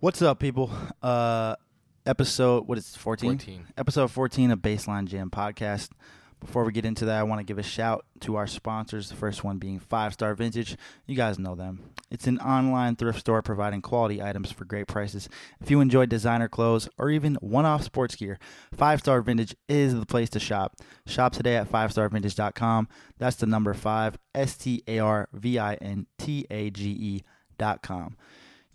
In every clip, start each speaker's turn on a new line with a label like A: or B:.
A: What's up, people? Uh, episode what is 14?
B: 14.
A: Episode fourteen of Baseline Jam podcast. Before we get into that, I want to give a shout to our sponsors. The first one being Five Star Vintage. You guys know them. It's an online thrift store providing quality items for great prices. If you enjoy designer clothes or even one-off sports gear, Five Star Vintage is the place to shop. Shop today at fivestarvintage.com. That's the number five s t a r v i n t a g e dot com.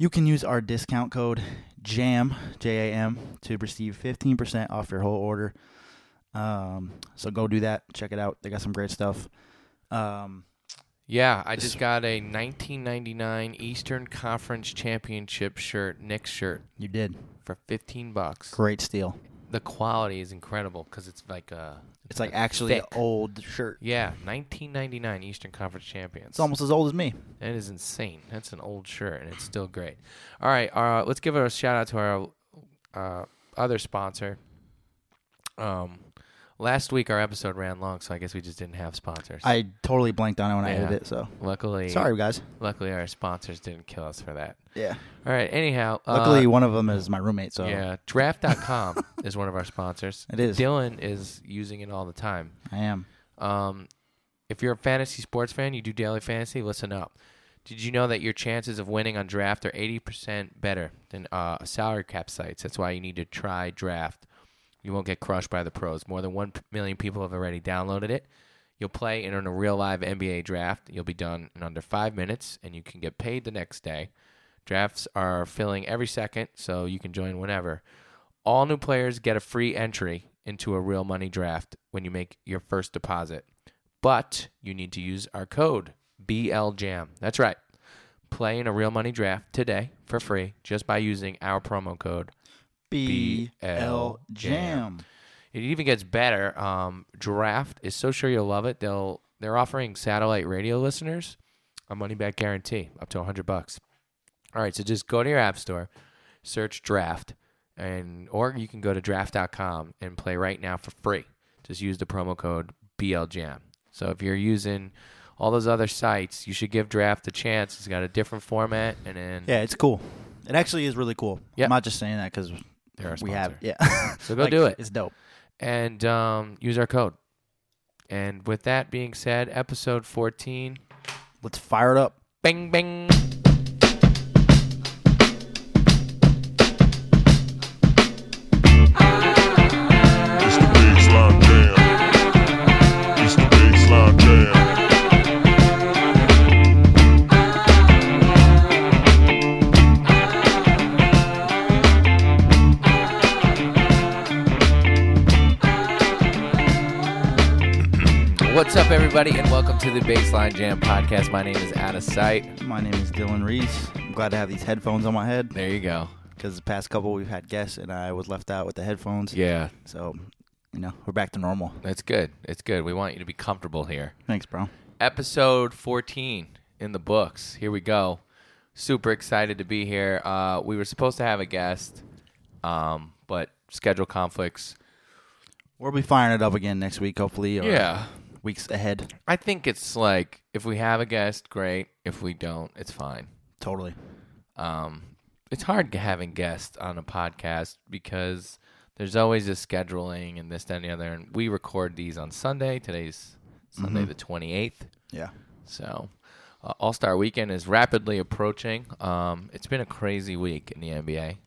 A: You can use our discount code JAM, J A M, to receive 15% off your whole order. Um, so go do that. Check it out. They got some great stuff. Um,
B: Yeah, I
A: This-
B: just got a 1999 Eastern Conference Championship shirt, Knicks shirt,
A: you did.
B: for 15 bucks.
A: Great steal.
B: The quality is incredible because it's like a.
A: It's like actually
B: thick.
A: an old shirt.
B: Yeah, 1999 Eastern Conference Champions.
A: It's almost as old as me.
B: That is insane. That's an old shirt, and it's still great. All right, uh, let's give a shout out to our uh, other sponsor. Um, last week our episode ran long, so I guess we just didn't have sponsors.
A: I totally blanked on it when I
B: Yeah.
A: edited it, so
B: luckily,
A: sorry guys.
B: Luckily, our sponsors didn't kill us for that.
A: Yeah.
B: All right. Anyhow, uh,
A: Luckily one of them is my roommate, so
B: yeah, Draft.com is one of our sponsors.
A: It is.
B: Dylan is using it all the time.
A: I am.
B: Um, if you're a fantasy sports fan, you do daily fantasy. Listen up. Did you know that your chances of winning on draft are 80% better than uh, salary cap sites? That's why you need to try draft. You won't get crushed by the pros. More than 1 million people have already downloaded it. You'll play and earn a real live NBA draft. You'll be done in under five minutes, and you can get paid the next day. Drafts are filling every second, so you can join whenever. All new players get a free entry into a real money draft when you make your first deposit. But you need to use our code BLJAM. That's right. Play in a real money draft today for free just by using our promo code.
A: B L
B: BL
A: Jam.
B: It even gets better. Um, draft is so sure you'll love it. They'll they're offering satellite radio listeners a money back guarantee up to 100 bucks. All right, so just go to your app store, search Draft, and or you can go to draft.com and play right now for free. Just use the promo code BLJAM. So if you're using all those other sites, you should give Draft a chance. It's got a different format, and then
A: Yeah, it's cool. It actually is really cool.
B: Yeah.
A: I'm not just saying that because
B: They're our
A: we have it.
B: sponsor.
A: Yeah.
B: so go do it.
A: It's dope.
B: and um, use our code. And with that being said, episode 14.
A: Let's fire it up.
B: Bing, bing.
C: It's the baseline jam. It's the baseline jam.
B: What's up, everybody, and welcome to the Baseline Jam podcast. My name is Out of Sight.
A: My name is Dylan Reese. I'm glad to have these headphones on my head
B: There you go.
A: because the past couple we've had guests and I was left out with the headphones.
B: Yeah,
A: So, you know, we're back to normal.
B: that's good. It's good. We want you to be comfortable here.
A: Thanks, bro.
B: Episode 14 in the books. Here we go. Super excited to be here. Uh, we were supposed to have a guest, um, but schedule conflicts.
A: We'll be firing it up again next week, hopefully, or
B: Yeah.
A: weeks ahead.
B: I think it's like if we have a guest, great. If we don't, it's fine.
A: Totally.
B: Um, it's hard having guests on a podcast because there's always this scheduling and this, that, and the other. And we record these on Sunday. Today's
A: Mm-hmm.
B: Sunday, the 28th.
A: Yeah.
B: So uh, All Star weekend is rapidly approaching. Um, it's been a crazy week in the NBA.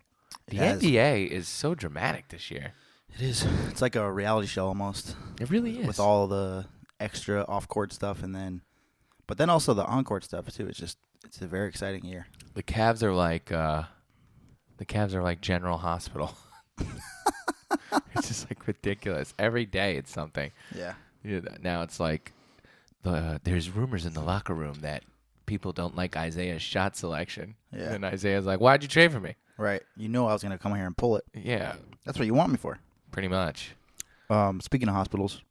B: The
A: has.
B: NBA is so dramatic this year.
A: It is. It's like a reality show almost
B: It really is.
A: with all the extra off court stuff and then, but then also the on court stuff too. It's just, it's a very exciting year.
B: the Cavs are like uh, the Cavs are like General Hospital. it's just like ridiculous. Every day it's something.
A: Yeah.
B: Yeah, th- Now it's like the there's rumors in the locker room that people don't like Isaiah's shot selection.
A: Yeah.
B: And Isaiah's like, "Why'd you trade for me?"
A: Right. You know I was going to come here and pull it.
B: Yeah,
A: That's what you want me for.
B: pretty much.
A: Um, speaking of hospitals,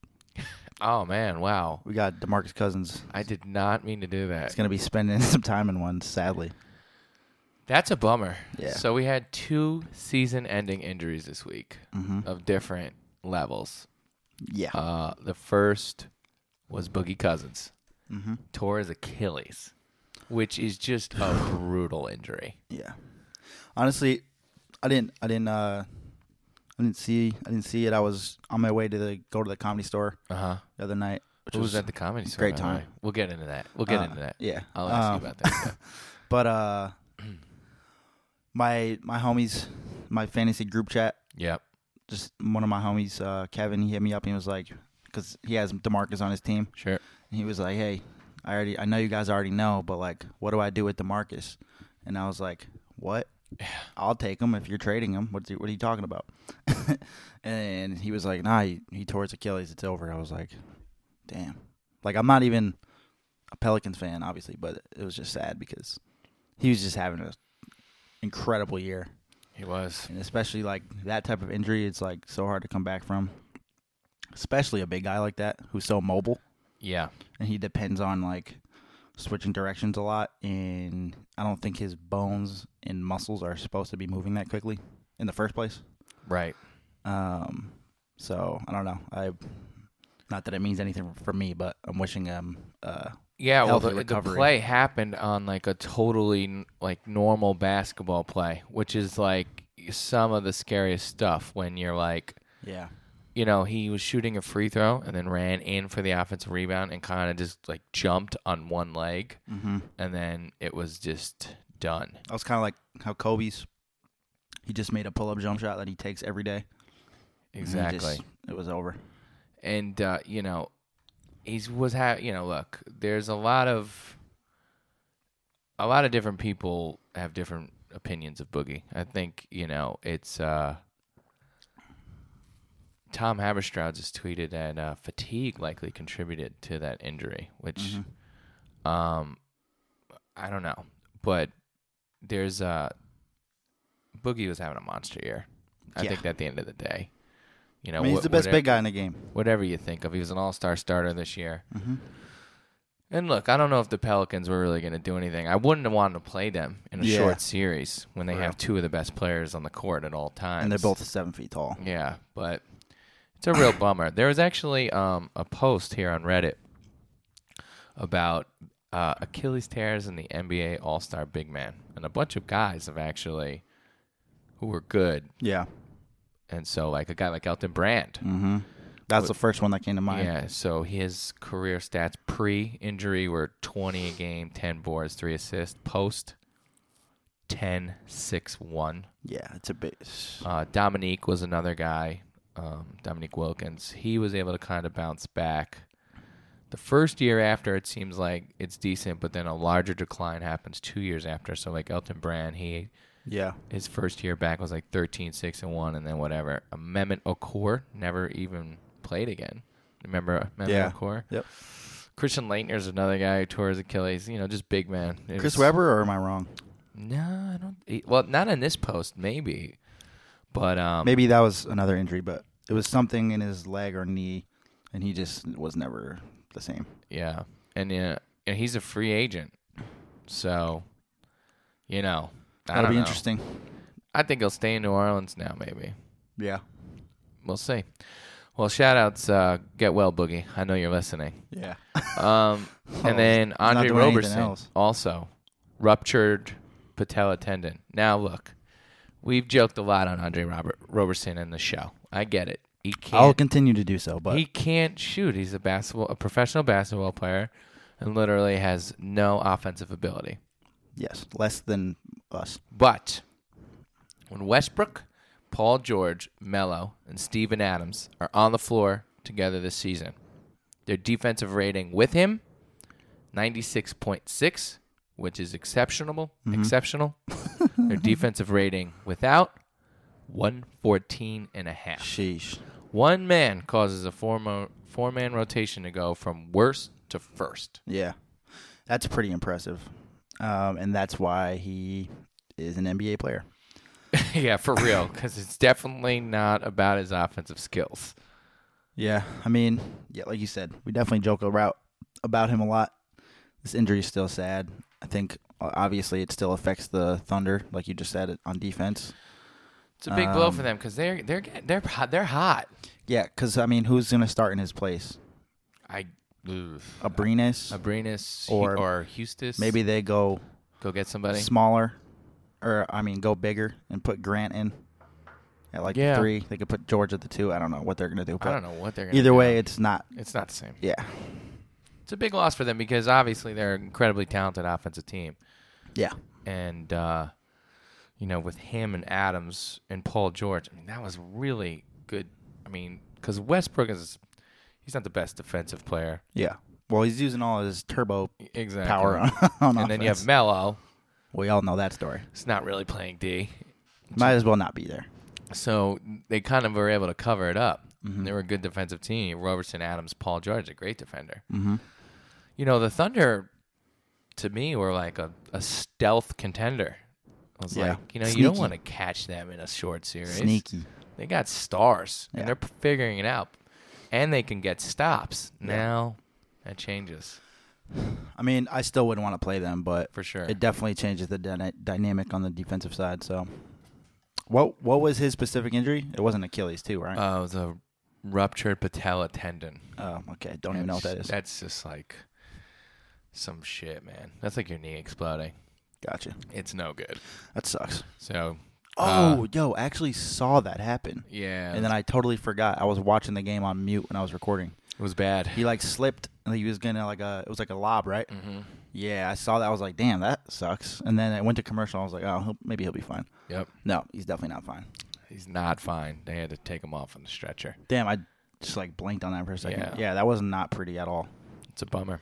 B: Oh man, wow.
A: we got DeMarcus Cousins.
B: I did not mean to do
A: He's
B: that.
A: going to be spending some time in one, sadly.
B: That's a bummer.
A: Yeah.
B: So we had two season-ending injuries this week
A: Mhm.
B: of different levels.
A: Yeah.
B: Uh, the first was Boogie Cousins
A: hmm
B: tore his Achilles, which is just a brutal injury.
A: Yeah. honestly, I didn't. I didn't. Uh, I didn't see. I didn't see it. I was on my way to the go to the comedy store
B: Uh huh.
A: the other night. Which
B: It was at the comedy store.
A: great
B: by the way.
A: time.
B: We'll get into that. We'll get
A: uh,
B: into that.
A: Yeah,
B: I'll ask you
A: Um,
B: about that.
A: But uh, my my homies, my fantasy group chat.
B: yeah. yep.
A: Just one of my homies, uh, Kevin. He hit me up and he was like, because he has Demarcus on his team.
B: Sure.
A: And he was like, "Hey, I already, I know you guys already know, but like, what do I do with Demarcus?" And I was like, "What? I'll take him if you're trading him. What's he, what are you talking about?" and he was like, "Nah, he, he tore his Achilles. It's over." I was like, "Damn!" Like, I'm not even a Pelicans fan, obviously, but it was just sad because he was just having an incredible year,
B: He was.
A: and especially like that type of injury, it's like so hard to come back from. Especially a big guy like that who's so mobile
B: Yeah.
A: and he depends on like switching directions a lot and I don't think his bones and muscles are supposed to be moving that quickly in the first place.
B: Right.
A: Um so I don't know. I not that it means anything for me, but I'm wishing him uh
B: Yeah, well,
A: healthy
B: the, the
A: recovery.
B: play happened on like a totally n- like normal basketball play, which is like some of the scariest stuff when you're like,
A: yeah.
B: you know, he was shooting a free throw and then ran in for the offensive rebound and kind of just like jumped on one leg
A: hmm
B: and then it was just done.
A: I was kind of like how Kobe's he just made a pull-up jump shot that he takes every day. and he just-
B: Exactly.
A: it was over.
B: and uh, you know, he's was ha- you know, look, there's a lot of a lot of different people have different opinions of Boogie. I think you know it's uh, Tom Haberstraw just tweeted that uh, fatigue likely contributed to that injury, which
A: Mm-hmm.
B: um, I don't know, but there's uh, Boogie was having a monster year. I
A: Yeah.
B: think at the end of the day, you know,
A: I mean, he's
B: wh-
A: the best
B: whatever-
A: big guy in the game.
B: whatever you think of. He was an all star starter this year.
A: Mm-hmm.
B: And look, I don't know if the Pelicans were really going to do anything. I wouldn't have wanted to play them in a
A: Yeah.
B: short series when they
A: For
B: have
A: real.
B: two of the best players on the court at all times.
A: And they're both seven feet tall.
B: Yeah, but it's a real bummer. There was actually um, a post here on Reddit about uh, Achilles tears in the NBA All Star Big Man. And a bunch of guys have actually, who were good.
A: Yeah.
B: And so, like a guy like Elton Brand.
A: Mm-hmm. That's the first one that came to mind.
B: Yeah, so his career stats pre injury were 20 a game, 10 boards, 3 assists. Post 10, 6, 1.
A: Yeah, it's a bit.
B: Uh, Dominique was another guy, um, Dominique Wilkins. He was able to kind of bounce back. The first year after, it seems like it's decent, but then a larger decline happens two years after. So, like Elton Brand, he
A: Yeah,
B: his first year back was like 13 6 and 1 and then whatever amendment okor never even played again remember
A: Yeah.
B: amendment okor
A: Yep.
B: christian leitner's another guy who tore his achilles you know just big man It
A: Chris
B: was-
A: Webber, or am I wrong?
B: no i don't he- well not in this post maybe but um
A: Maybe that was another injury, but it was something in his leg or knee, and he just was never the same.
B: yeah and uh, and he's a free agent so you know I
A: That'll
B: don't
A: be
B: know.
A: interesting.
B: i think he'll stay in new orleans now maybe
A: Yeah,
B: we'll see well shout outs uh, get well boogie i know you're listening
A: yeah.
B: Um,
A: Oh,
B: and then Andre
A: doing anything
B: Roberson
A: else.
B: also ruptured patella tendon. Now look, we've joked a lot on Andre Robert Roberson in the show. I get it. He
A: I'll
B: can't.
A: continue to do so, but
B: he can't shoot. He's a basketball, a professional basketball player, and literally has no offensive ability.
A: yes, less than us.
B: But when Westbrook, Paul George, Melo, and Steven Adams are on the floor together this season, their defensive rating with him, 96.6, which is exceptional. Exceptional. their defensive rating without, 114 and a half.
A: Sheesh.
B: One man causes a four, four man rotation to go from worst to first.
A: Yeah, that's pretty impressive, um, and that's why he is an NBA player.
B: yeah, for real, because it's definitely not about his offensive skills.
A: Yeah, I mean, yeah, like you said, we definitely joke about about him a lot. This injury is still sad. I think uh, obviously it still affects the Thunder, like you just said, it- on defense.
B: It's a big blow
A: Um,
B: for them because they're they're get- they're hot- they're hot.
A: Yeah, because I mean, who's gonna start in his place?
B: I ugh.
A: Abrinas.
B: Abrinas
A: Or-
B: or or Houston.
A: Maybe they go
B: go get somebody.
A: smaller. or I mean, go bigger and put Grant in at like
B: Yeah.
A: the three. They could put George at the two. I don't know what they're gonna do. But
B: I don't know what they're gonna
A: Either
B: do.
A: way, it's not.
B: it's not the same.
A: Yeah,
B: It's a big loss for them because obviously they're an incredibly talented offensive team.
A: yeah.
B: and uh, you know with him and Adams and Paul George, I mean that was really good. I mean because Westbrook is he's not the best defensive player E,
A: Yeah. Well, he's using all his turbo
B: exactly.
A: power on, on
B: and
A: offense.
B: then you have Melo.
A: we all know that story.
B: It's not really playing D,
A: Might as well not be there.
B: so they kind of were able to cover it up.
A: Mm-hmm.
B: They were a good defensive team. Robertson, Adams, Paul George, a great defender.
A: Mhm.
B: You know the Thunder, to me, were like a, a stealth contender. I was
A: Yeah.
B: like, you know, you don't
A: Sneaky.
B: want to catch them in a short series.
A: Sneaky.
B: They got stars,
A: Yeah.
B: and they're p- figuring it out, and they can get stops. Now that changes
A: I mean, I still wouldn't want to play them, but
B: for sure.
A: it definitely changes the dyna- dynamic on the defensive side. So, what what was his specific injury? It wasn't Achilles, too, right?
B: Uh, it was a ruptured patella tendon.
A: oh, okay. Don't even know what that is.
B: That's just like some shit, man. That's like your knee exploding.
A: Gotcha.
B: It's no good.
A: That sucks.
B: So uh,
A: Oh, yo, I actually saw that happen,
B: yeah,
A: and then I totally forgot. I was watching the game on mute when I was recording.
B: it was bad.
A: He like slipped, and he was gonna like a it was like a lob, right?
B: hmm
A: Yeah, I saw that. I was like, damn, that sucks. And then I went to commercial. I was like, oh, he'll, maybe he'll be fine.
B: Yep,
A: No, he's definitely not fine.
B: he's not fine. They had to take him off on the stretcher.
A: Damn, I just like blinked on that for a second.
B: Yeah.
A: Yeah, that was not pretty at all.
B: It's a bummer.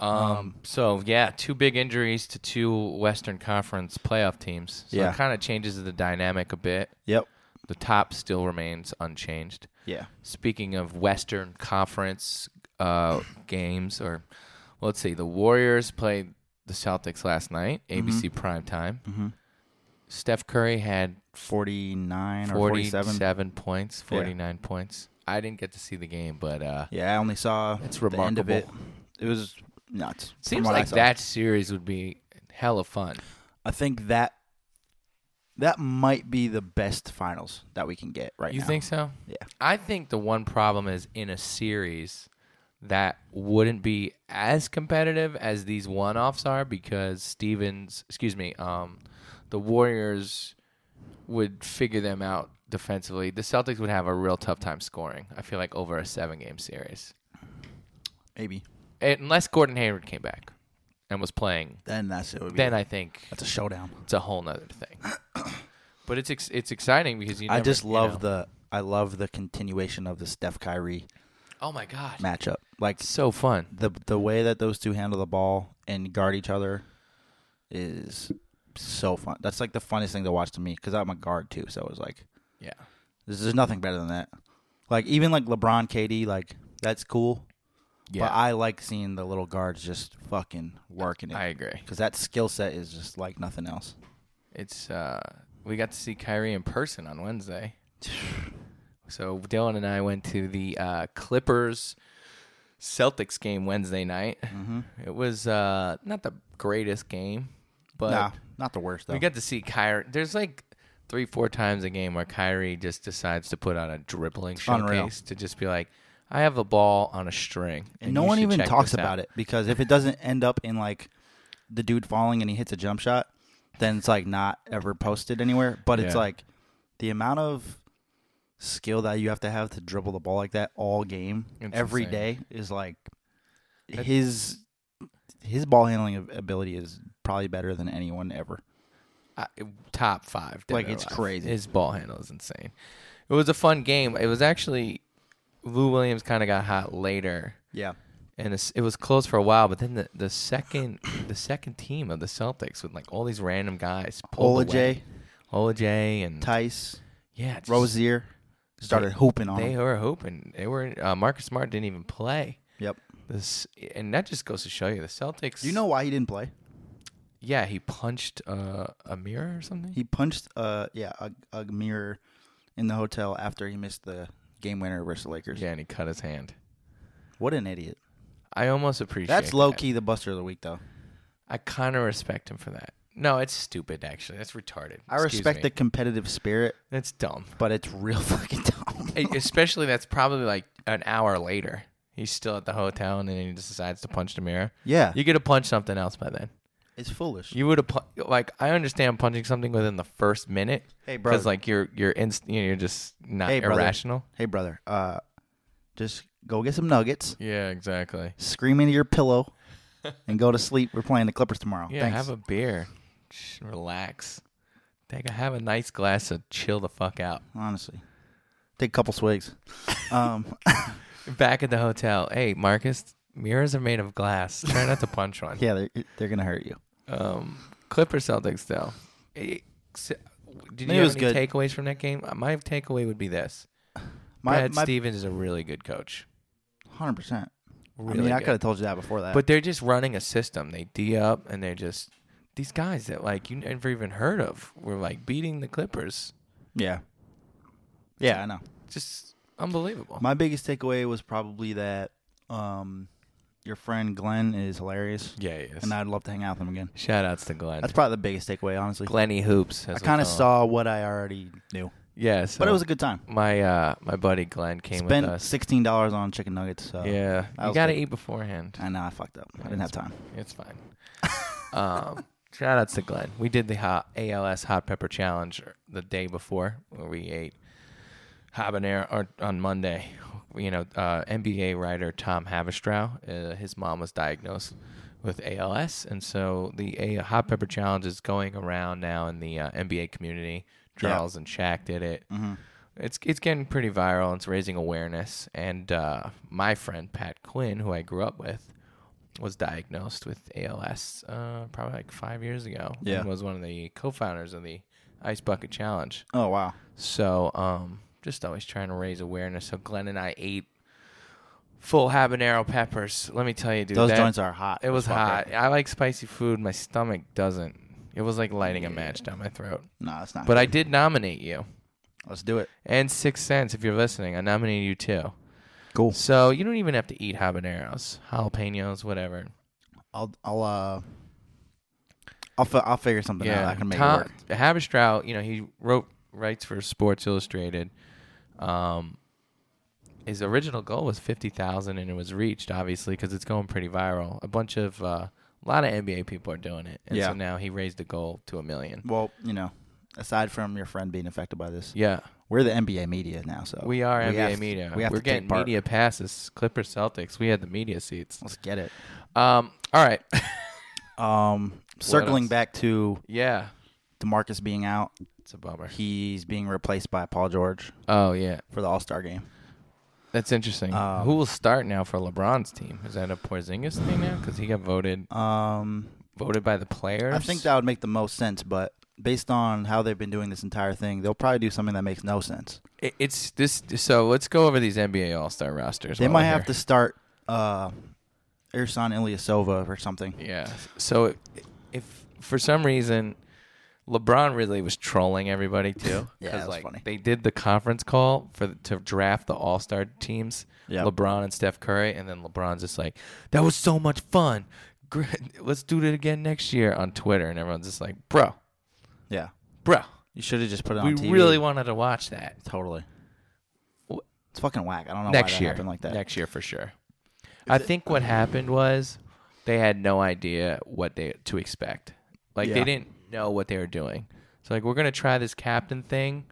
B: Um, so yeah, two big injuries to two Western Conference playoff teams. So
A: Yeah.
B: it kind of changes the dynamic a bit.
A: Yep.
B: The top still remains unchanged.
A: Yeah.
B: Speaking of Western Conference uh, games, or well, let's see, the Warriors played the Celtics last night, ABC prime time.
A: Mhm.
B: Steph Curry had
A: 49 or 47.
B: 47 points, 49 points. I didn't get to see the game, but uh,
A: Yeah, I only saw
B: It's
A: the end of it.
B: remarkable.
A: It was nuts. from
B: seems
A: what I
B: like
A: saw.
B: that series would be hella fun.
A: I think that that might be the best finals that we can get right
B: You
A: now.
B: think so?
A: Yeah.
B: I think the one problem is in a series that wouldn't be as competitive as these one-offs are because Stevens, excuse me, um, the Warriors would figure them out defensively. The Celtics would have a real tough time scoring. I feel like over a seven-game series,
A: Maybe.
B: unless Gordon Hayward came back and was playing,
A: Then that's it. Would be
B: then I think
A: that's a showdown.
B: it's a whole nother thing. But it's ex- it's exciting because you. Never,
A: I just
B: you
A: love
B: know-
A: the I love the continuation of the Steph Kyrie
B: Oh my gosh,
A: matchup. Like
B: it's so fun.
A: the the way that those two handle the ball and guard each other is so fun. That's like the funnest thing to watch to me because I'm a guard too. So it was like
B: Yeah.
A: there's, there's nothing better than that. Like even like LeBron, KD, like that's cool.
B: Yeah.
A: But I like seeing the little guards just fucking working
B: I
A: it
B: agree.
A: because that skill set is just like nothing else.
B: It's uh, we got to see Kyrie in person on Wednesday. So Dylan and I went to the uh, Clippers Celtics game Wednesday night.
A: Mm-hmm.
B: It was uh, not the greatest game, but
A: nah, not the worst though.
B: we got to see Kyrie. There's like three, four times a game where Kyrie just decides to put on a dribbling showcase
A: unreal.
B: to just be like, "I have a ball on a string,"
A: and no
B: you
A: one
B: should
A: even
B: check
A: talks
B: this out."
A: about it because if it doesn't end up in like the dude falling and he hits a jump shot, then it's like not ever posted anywhere. But it's
B: Yeah.
A: like the amount of skill that you have to have to dribble the ball like that all game,
B: It's
A: every
B: insane.
A: day is like
B: That-
A: his his ball handling ab- ability is probably better than anyone ever.
B: I, top five. dead
A: Like,
B: or
A: it's
B: alive.
A: crazy.
B: His ball handle is insane. It was a fun game. It was actually Lou Williams kind of got hot later,
A: Yeah.
B: and it's- it was close for a while. But then the, the second the second team of the Celtics with like all these random guys, pulled
A: Olajay,
B: away. Olajay, and
A: Tice,
B: yeah, just-
A: Rozier started hooping on
B: They
A: him.
B: were hoping they were. Uh, Marcus Smart didn't even play.
A: Yep.
B: This and that just goes to show you the Celtics.
A: Do you know why he didn't play?
B: yeah, he punched uh, a mirror or something.
A: He punched uh yeah a, a mirror in the hotel after he missed the game winner versus the Lakers.
B: yeah, and he cut his hand.
A: What an idiot.
B: I almost appreciate
A: That's low
B: that.
A: key the buster of the week though.
B: I kind of respect him for that. No, it's stupid. Actually, that's retarded.
A: I respect the competitive spirit,
B: That's dumb.
A: but it's real fucking dumb.
B: E- Especially that's probably like an hour later. He's still at the hotel and then he just decides to punch the mirror.
A: yeah.
B: You could have punched something else by then.
A: It's foolish.
B: You would have pu- like I understand punching something within the first minute
A: hey, bro.
B: because like you're you're inst- you know, you're just not
A: Hey, brother.
B: irrational.
A: hey, brother. Uh, just go get some nuggets,
B: Yeah, exactly.
A: scream into your pillow, and go to sleep. We're playing the Clippers tomorrow.
B: Yeah,
A: Thanks.
B: have a beer, Just relax. Take a, have a nice glass to chill the fuck out.
A: Honestly, take a couple swigs. Um,
B: Back at the hotel, hey Marcus, mirrors are made of glass. Try not to punch one.
A: yeah, they're, they're gonna hurt you.
B: Um, Clipper Celtics though. Eh, s- Did
A: Maybe it
B: you have
A: was
B: any
A: good.
B: takeaways from that game? Uh, My takeaway would be this:
A: My,
B: Brad
A: my
B: Stevens is a really good coach.
A: hundred percent. I
B: Really
A: mean, I
B: good.
A: could have told you that before that.
B: But they're just running a system. They D up and they're just these guys that like you never even heard of were like beating the Clippers.
A: yeah, yeah, I know.
B: Just unbelievable.
A: My biggest takeaway was probably that um, your friend Glenn is hilarious,
B: yeah, yes.
A: and I'd love to hang out with him again.
B: Shout outs to Glenn.
A: That's probably the biggest takeaway, honestly.
B: Glenny Hoops.
A: I
B: as we
A: kind of
B: call him.
A: saw what I already knew,
B: Yeah, so
A: but it was a good time.
B: my uh my buddy Glenn came with
A: Spent
B: us.
A: sixteen dollars on chicken nuggets. So
B: yeah,
A: that
B: you
A: uh, was
B: gotta
A: good.
B: eat beforehand.
A: I know I fucked up. I didn't have time.
B: It's fine. um, shout outs to Glenn. We did the hot ALS hot pepper challenge the day before where we ate habanero or on Monday. You know, uh, NBA writer Tom Haverstraw, uh, his mom was diagnosed with ALS, and so the A- hot pepper challenge is going around now in the uh, NBA community.
A: Yeah.
B: Charles and Shaq did it.
A: Mm-hmm.
B: It's it's getting pretty viral. It's raising awareness, and uh, my friend Pat Quinn, who I grew up with, was diagnosed with ALS uh, probably like five years ago.
A: Yeah.
B: and was one of the co-founders of the Ice Bucket Challenge.
A: Oh wow.
B: So um, just always trying to raise awareness. So Glenn and I ate full habanero peppers. Let me tell you, dude,
A: Those
B: that-
A: joints are hot.
B: It was
A: as fuck.
B: hot. I like spicy food. My stomach doesn't. It was like lighting a match down my throat.
A: No, it's not.
B: But I did nominate you
A: let's do it.
B: and Six Sense. If you're listening, I nominate you too.
A: Cool.
B: So you don't even have to eat habaneros, jalapenos, whatever.
A: I'll I'll uh I'll fi- I'll figure something out. I can make
B: Tom-
A: it work.
B: Haverstraw, you know, he wrote writes for Sports Illustrated. Um, his original goal was fifty thousand, and it was reached obviously because it's going pretty viral. A bunch of uh, a lot of NBA people are doing it, and
A: Yeah.
B: so now he raised the goal to a million.
A: Well, you know, aside from your friend being affected by this,
B: Yeah,
A: we're the NBA media now. So
B: we are NBA
A: have to-
B: media.
A: We have
B: We're
A: to take
B: getting
A: part.
B: media passes. Clippers, Celtics. We had the media seats.
A: Let's get it.
B: Um, all right.
A: Um, circling
B: else?
A: back to
B: yeah,
A: Demarcus being out,
B: it's a bummer.
A: he's being replaced by Paul George
B: Oh yeah,
A: for the All Star game.
B: that's interesting.
A: Um,
B: Who will start now for LeBron's team? Is that a Porzingis thing now? Because he got voted
A: Um,
B: voted by the players.
A: I think that would make the most sense, but based on how they've been doing this entire thing, they'll probably do something that makes no sense.
B: It- it's this. So let's go over these NBA All Star rosters.
A: They
B: while
A: might
B: we're
A: have
B: here.
A: to start uh, Ersan Ilyasova or something.
B: Yeah. So if, if for some reason LeBron really was trolling everybody too,
A: Yeah,
B: 'cause,
A: that's
B: like,
A: funny.
B: They did the conference call for the, to draft the All Star teams.
A: Yeah.
B: LeBron and Steph Curry, and then LeBron's just like, "That was so much fun. Gr- Let's do it again next year on Twitter." And everyone's just like, "Bro,
A: Yeah,
B: bro,
A: you should have just put it
B: we
A: on TV.
B: really wanted to watch that."
A: Totally.
B: Wh-
A: It's fucking whack. I don't know why
B: next
A: that
B: year.
A: happened like that.
B: Next year for sure. I think what happened was they had no idea what they to expect. Like
A: Yeah.
B: they didn't know what they were doing. So like we're gonna try this captain thing,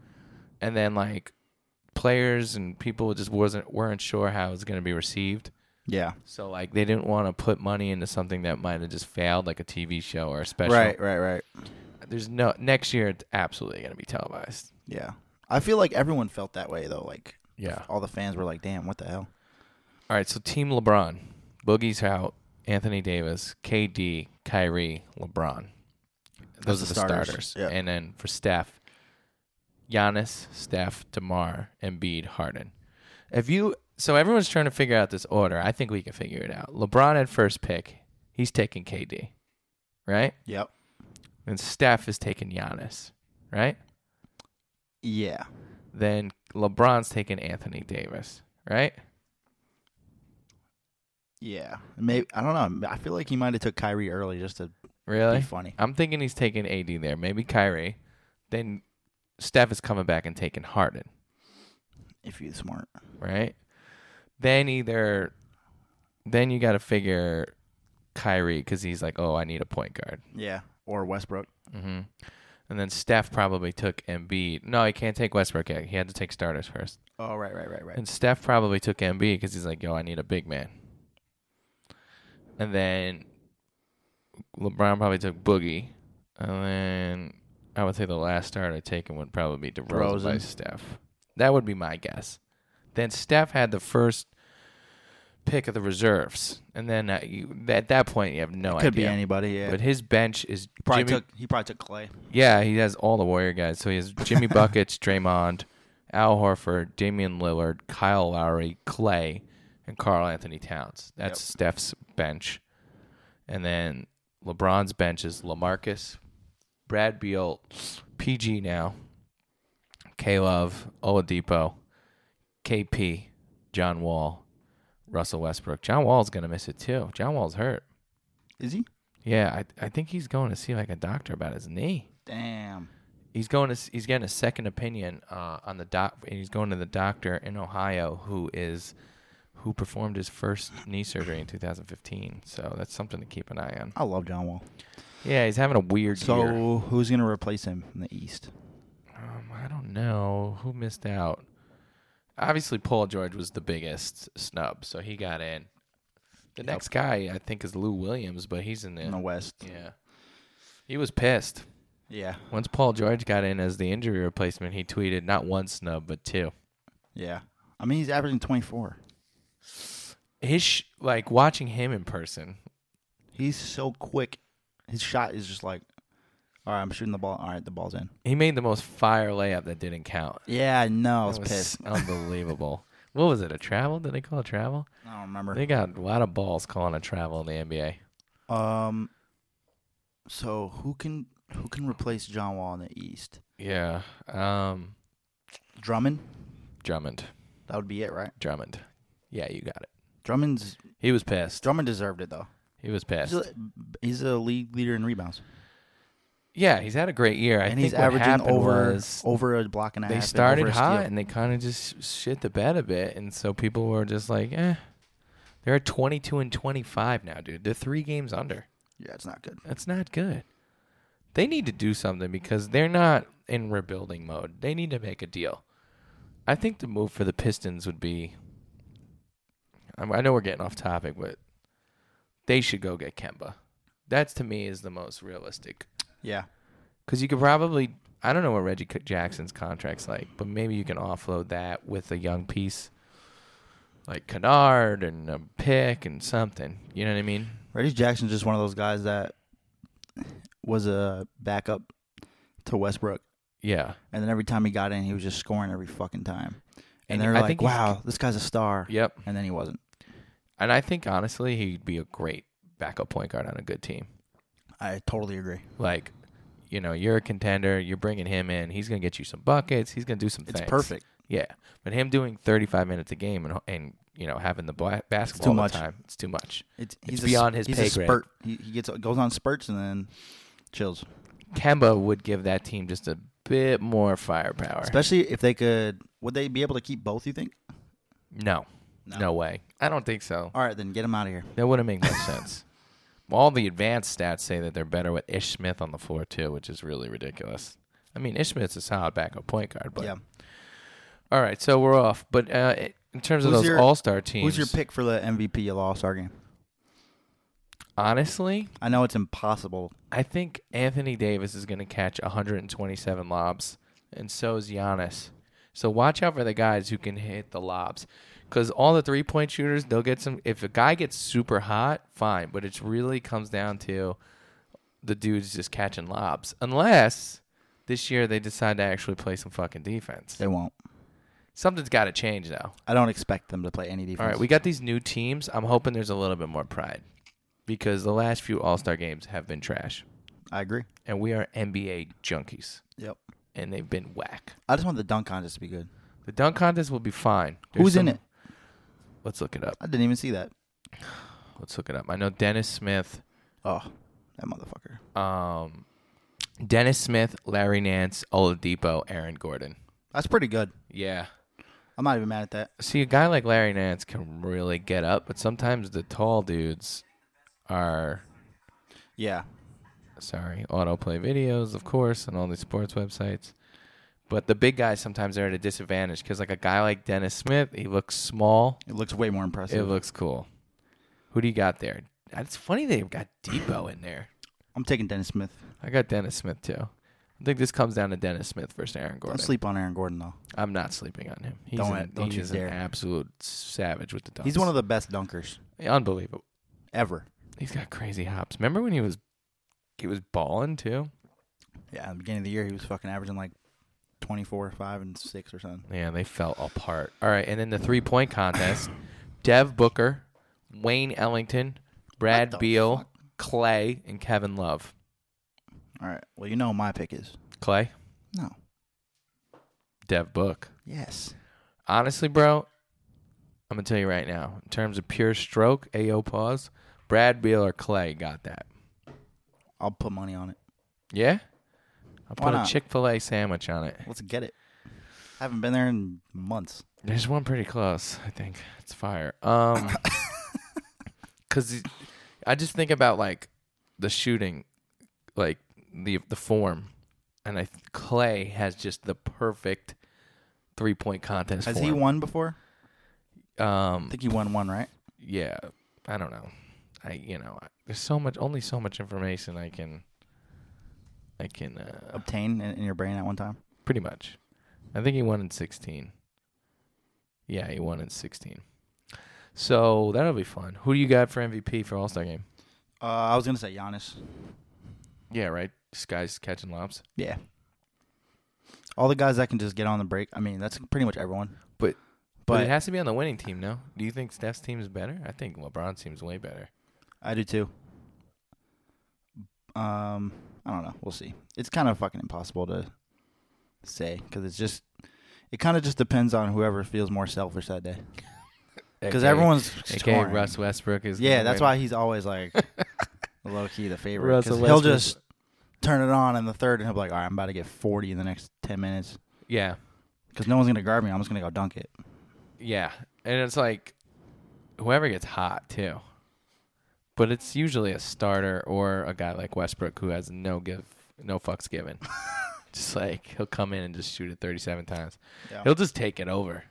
B: and then like players and people just wasn't weren't sure how it was gonna be received.
A: Yeah.
B: So like they didn't want to put money into something that might have just failed, like a TV show or a special.
A: Right, right, right.
B: There's no next year. It's absolutely gonna be televised.
A: Yeah. I feel like everyone felt that way though. Like
B: Yeah.
A: all the fans were like, "Damn, what the hell?"
B: All right, so Team LeBron, Boogie's out, Anthony Davis, KD, Kyrie, LeBron.
A: That's
B: Those are the
A: the starters.
B: starters.
A: Yeah.
B: And then for Steph, Giannis, Steph, DeMar, Embiid, Harden. If you so everyone's trying to figure out this order. I think we can figure it out. LeBron had first pick. He's taking KD, right?
A: Yep.
B: And Steph is taking Giannis, right?
A: Yeah.
B: Then LeBron's taking Anthony Davis, right?
A: Yeah. Maybe I don't know. I feel like he might have took Kyrie early just to
B: Really?
A: be funny.
B: I'm thinking he's taking AD there, maybe Kyrie. Then Steph is coming back and taking Harden,
A: If you're smart.
B: right? Then either, then you got to figure Kyrie because he's like, oh, I need a point guard.
A: Yeah, or Westbrook.
B: hmm And then Steph probably took Embiid. No, he can't take Westbrook yet. He had to take starters first.
A: Oh, right, right, right, right.
B: And Steph probably took Embiid because he's like, yo, I need a big man. And then LeBron probably took Boogie. And then I would say the last starter taken would probably be DeRozan by
A: DeRozan.
B: Steph. That would be my guess. Then Steph had the first pick of the reserves. And then uh, you, at that point, you have no idea.
A: Could be anybody. Yeah.
B: But his bench is
A: probably
B: Jimmy-
A: took he probably took Clay.
B: yeah, he has all the Warrior guys. So he has Jimmy Buckets, Draymond, Al Horford, Damian Lillard, Kyle Lowry, Clay, and Carl Anthony Towns. That's Steph's bench. And then LeBron's bench is LaMarcus, Brad Beal, PG now, K Love, Oladipo, KP, John Wall, Russell Westbrook. John Wall's going to miss it too. John Wall's hurt.
A: Is he?
B: Yeah, I, I think he's going to see like a doctor about his knee
A: Damn.
B: he's going to he's getting a second opinion uh, on the doc and he's going to the doctor in Ohio who is who performed his first knee surgery in 2015 so that's something to keep an eye on
A: I love John Wall.
B: yeah he's having a weird year
A: So who's gonna replace him in the East?
B: um, I don't know who missed out obviously Paul George was the biggest snub so he got in the next guy I think is Lou Williams but he's in the
A: In the West.
B: yeah he was pissed
A: Yeah.
B: once Paul George got in as the injury replacement he tweeted not one snub but two
A: Yeah. I mean, he's averaging 24.
B: his sh- like watching him in person.
A: He's so quick. His shot is just like, all right, I'm shooting the ball. All right, the ball's in.
B: He made the most fire layup that didn't count.
A: Yeah, I know. I was,
B: That
A: pissed.
B: unbelievable. what was it? A travel? Did they call it travel?
A: I don't remember.
B: They got a lot of balls calling a travel in the NBA.
A: Um. So who can who can replace John Wall in the East?
B: Yeah. Um
A: Drummond.
B: Drummond.
A: That would be it, right?
B: Drummond. Yeah, you got it.
A: Drummond's
B: He was pissed.
A: Drummond deserved it though.
B: He
A: He's
B: was pissed.
A: a, he's a league leader in rebounds,
B: Yeah, he's had a great year. I
A: and
B: think
A: he's
B: what
A: averaging
B: happened
A: over
B: was
A: over a block and a
B: they
A: half. and
B: started
A: over a
B: hot
A: steal.
B: and they kind of just shit the bed a bit, and so people were just like, "Eh." They're at 22 and 25 now, dude. They're three games under.
A: Yeah, it's not good.
B: That's not good. They need to do something because they're not in rebuilding mode. They need to make a deal. I think the move for the Pistons would be. I I know we're getting off topic, but they should go get Kemba. That's to me is the most realistic
A: Yeah,
B: because you could probably I don't know what Reggie Co- Jackson's contract's like, but maybe you can offload that with a young piece like Kennard and a pick and something. You know what I mean?
A: Reggie Jackson's just one of those guys that was a backup to Westbrook,
B: Yeah.
A: and then every time he got in, he was just scoring every fucking time. And,
B: And
A: they're
B: I
A: like,
B: think he's-
A: "Wow, this guy's a star."
B: Yep.
A: And then he wasn't.
B: And I think honestly, he'd be a great backup point guard on a good team.
A: I totally agree.
B: Like, you know, you're a contender. You're bringing him in. He's gonna get you some buckets. He's gonna do some
A: It's
B: things.
A: perfect.
B: Yeah, but him doing 35 minutes a game and and you know having the ba- basketball
A: too
B: all the
A: much.
B: time, it's too much.
A: It's,
B: It's
A: he's a
B: beyond
A: sp-
B: his
A: he's
B: pay
A: a
B: grade.
A: spurt. He, he gets goes on spurts and then chills.
B: Kemba would give that team just a bit more firepower.
A: Especially if they could, would they be able to keep both? You think?
B: no, no, way. I don't think so.
A: All right, then get him out of here.
B: That wouldn't make much sense. All the advanced stats say that they're better with Ish Smith on the floor too, which is really ridiculous. I mean, Ish Smith's a solid backup point guard, but
A: yeah.
B: all right, so we're off. But uh, in terms of
A: Who's
B: those
A: your-
B: All Star teams,
A: Who's your pick for the MVP of the All Star game?
B: Honestly,
A: I know it's impossible.
B: I think Anthony Davis is going to catch 127 lobs, and so is Giannis. So watch out for the guys who can hit the lobs, because all the three point shooters they'll get some. If a guy gets super hot, fine, but it really comes down to the dudes just catching lobs, unless this year they decide to actually play some fucking defense.
A: They won't.
B: Something's got to change though.
A: I don't expect them to play any defense.
B: All right, we got these new teams. I'm hoping there's a little bit more pride, because the last few All Star games have been trash
A: I agree.
B: and we are NBA junkies,
A: Yep.
B: and they've been whack.
A: I just want the dunk contest to be good.
B: The dunk contest will be fine. There's
A: Who's in
B: some-
A: it?
B: Let's look it up.
A: I didn't even see that.
B: Let's look it up. I know Dennis Smith,
A: Oh, that motherfucker.
B: um, Dennis Smith, Larry Nance, Oladipo, Aaron Gordon.
A: That's pretty good.
B: Yeah.
A: I'm not even mad at that.
B: See, a guy like Larry Nance can really get up, but sometimes the tall dudes are
A: Yeah.
B: sorry, autoplay videos, of course, and all these sports websites. But the big guys sometimes are at a disadvantage because, like, a guy like Dennis Smith, he looks small.
A: It looks way more
B: It
A: impressive.
B: looks cool. Who do you got there? It's funny they've got Debo in there.
A: I'm taking Dennis Smith.
B: I got Dennis Smith too. I think this comes down to Dennis Smith versus Aaron Gordon.
A: Don't sleep on Aaron Gordon though.
B: I'm not sleeping on him. He's
A: Don't-
B: an,
A: don't
B: he
A: you
B: is
A: dare.
B: an absolute savage with the dunks.
A: He's one of the best dunkers
B: the unbelievable.
A: ever.
B: He's got crazy hops. Remember when he was he was balling too?
A: Yeah, at the beginning of the year he was fucking averaging like 24, 5 and 6 or something.
B: Yeah, they fell apart. All right, and then the three point contest: Dev Booker, Wayne Ellington,
A: What
B: Brad
A: the
B: Beal,
A: fuck?
B: Clay, and Kevin Love.
A: All right. Well, you know what my pick is.
B: Clay,
A: No.
B: Dev Book.
A: Yes.
B: Honestly, bro, I'm gonna tell you right now. In terms of pure stroke, AO pause. Brad Beal or Clay got that.
A: I'll put money on it.
B: Yeah, I'll
A: Why
B: put a
A: not?
B: Chick Fil A sandwich on it.
A: Let's get it. I haven't been there in months.
B: There's one pretty close, I think. It's fire. Um, cause I just think about like the shooting, like the the form, and I Clay has just the perfect three point contest.
A: Has
B: form.
A: he won before? I
B: Um,
A: think he won one, right?
B: yeah, I don't know. I you know, I- there's so much, only so much information I can, I can uh,
A: Obtain in, in your brain at one time.
B: pretty much. I think he won in 16. Yeah, he won in 16. So that'll be fun. Who do you got for MVP for All Star game?
A: Uh, I was gonna say Giannis.
B: Yeah, right. This guy's catching lobs.
A: Yeah. All the guys that can just get on the break. I mean, that's pretty much everyone.
B: But- But,
A: but
B: it has to be on the winning team, no? Do you think Steph's team is better? I think LeBron's team's way better.
A: I do too. Um, I don't know. We'll see. It's kind of fucking impossible to say because it's just it kind of just depends on whoever feels more selfish that day. Because
B: AKA
A: everyone's
B: AKA
A: scoring.
B: Russ Westbrook is.
A: yeah,
B: the
A: that's
B: winner.
A: why he's always like low key the favorite.
B: Russell
A: 'cause he'll
B: Westbrook.
A: just turn it on in the third and he'll be like, "All right, I'm about to get 40 in the next 10 minutes
B: Yeah,
A: because no one's gonna guard me. I'm just gonna go dunk it."
B: yeah, and it's like whoever gets hot too. But it's usually a starter or a guy like Westbrook who has no give, no fucks given. just like he'll come in and just shoot it 37 times.
A: Yeah.
B: He'll just take it over.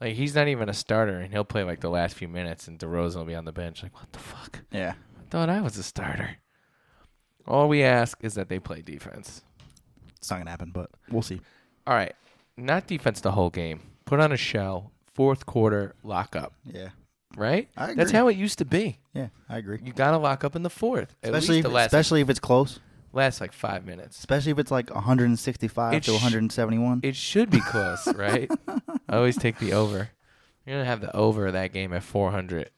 B: Like he's not even a starter, and he'll play like the last few minutes, and DeRozan will be on the bench. Like what the fuck?
A: Yeah.
B: Thought I was a starter. All we ask is that they play defense.
A: It's not gonna happen, but we'll see.
B: All right, not defense the whole game. Put on a show. Fourth quarter lock up.
A: Yeah,
B: Right.
A: I
B: That's
A: agree.
B: how it used to be.
A: yeah, I agree.
B: You gotta lock up in the fourth. At
A: especially
B: least
A: if,
B: the last
A: especially if it's close.
B: last like five minutes.
A: Especially if it's like 165
B: It
A: to
B: sh-
A: 171.
B: It should be close, right? I always take the over. You're gonna have the over of that game at 400.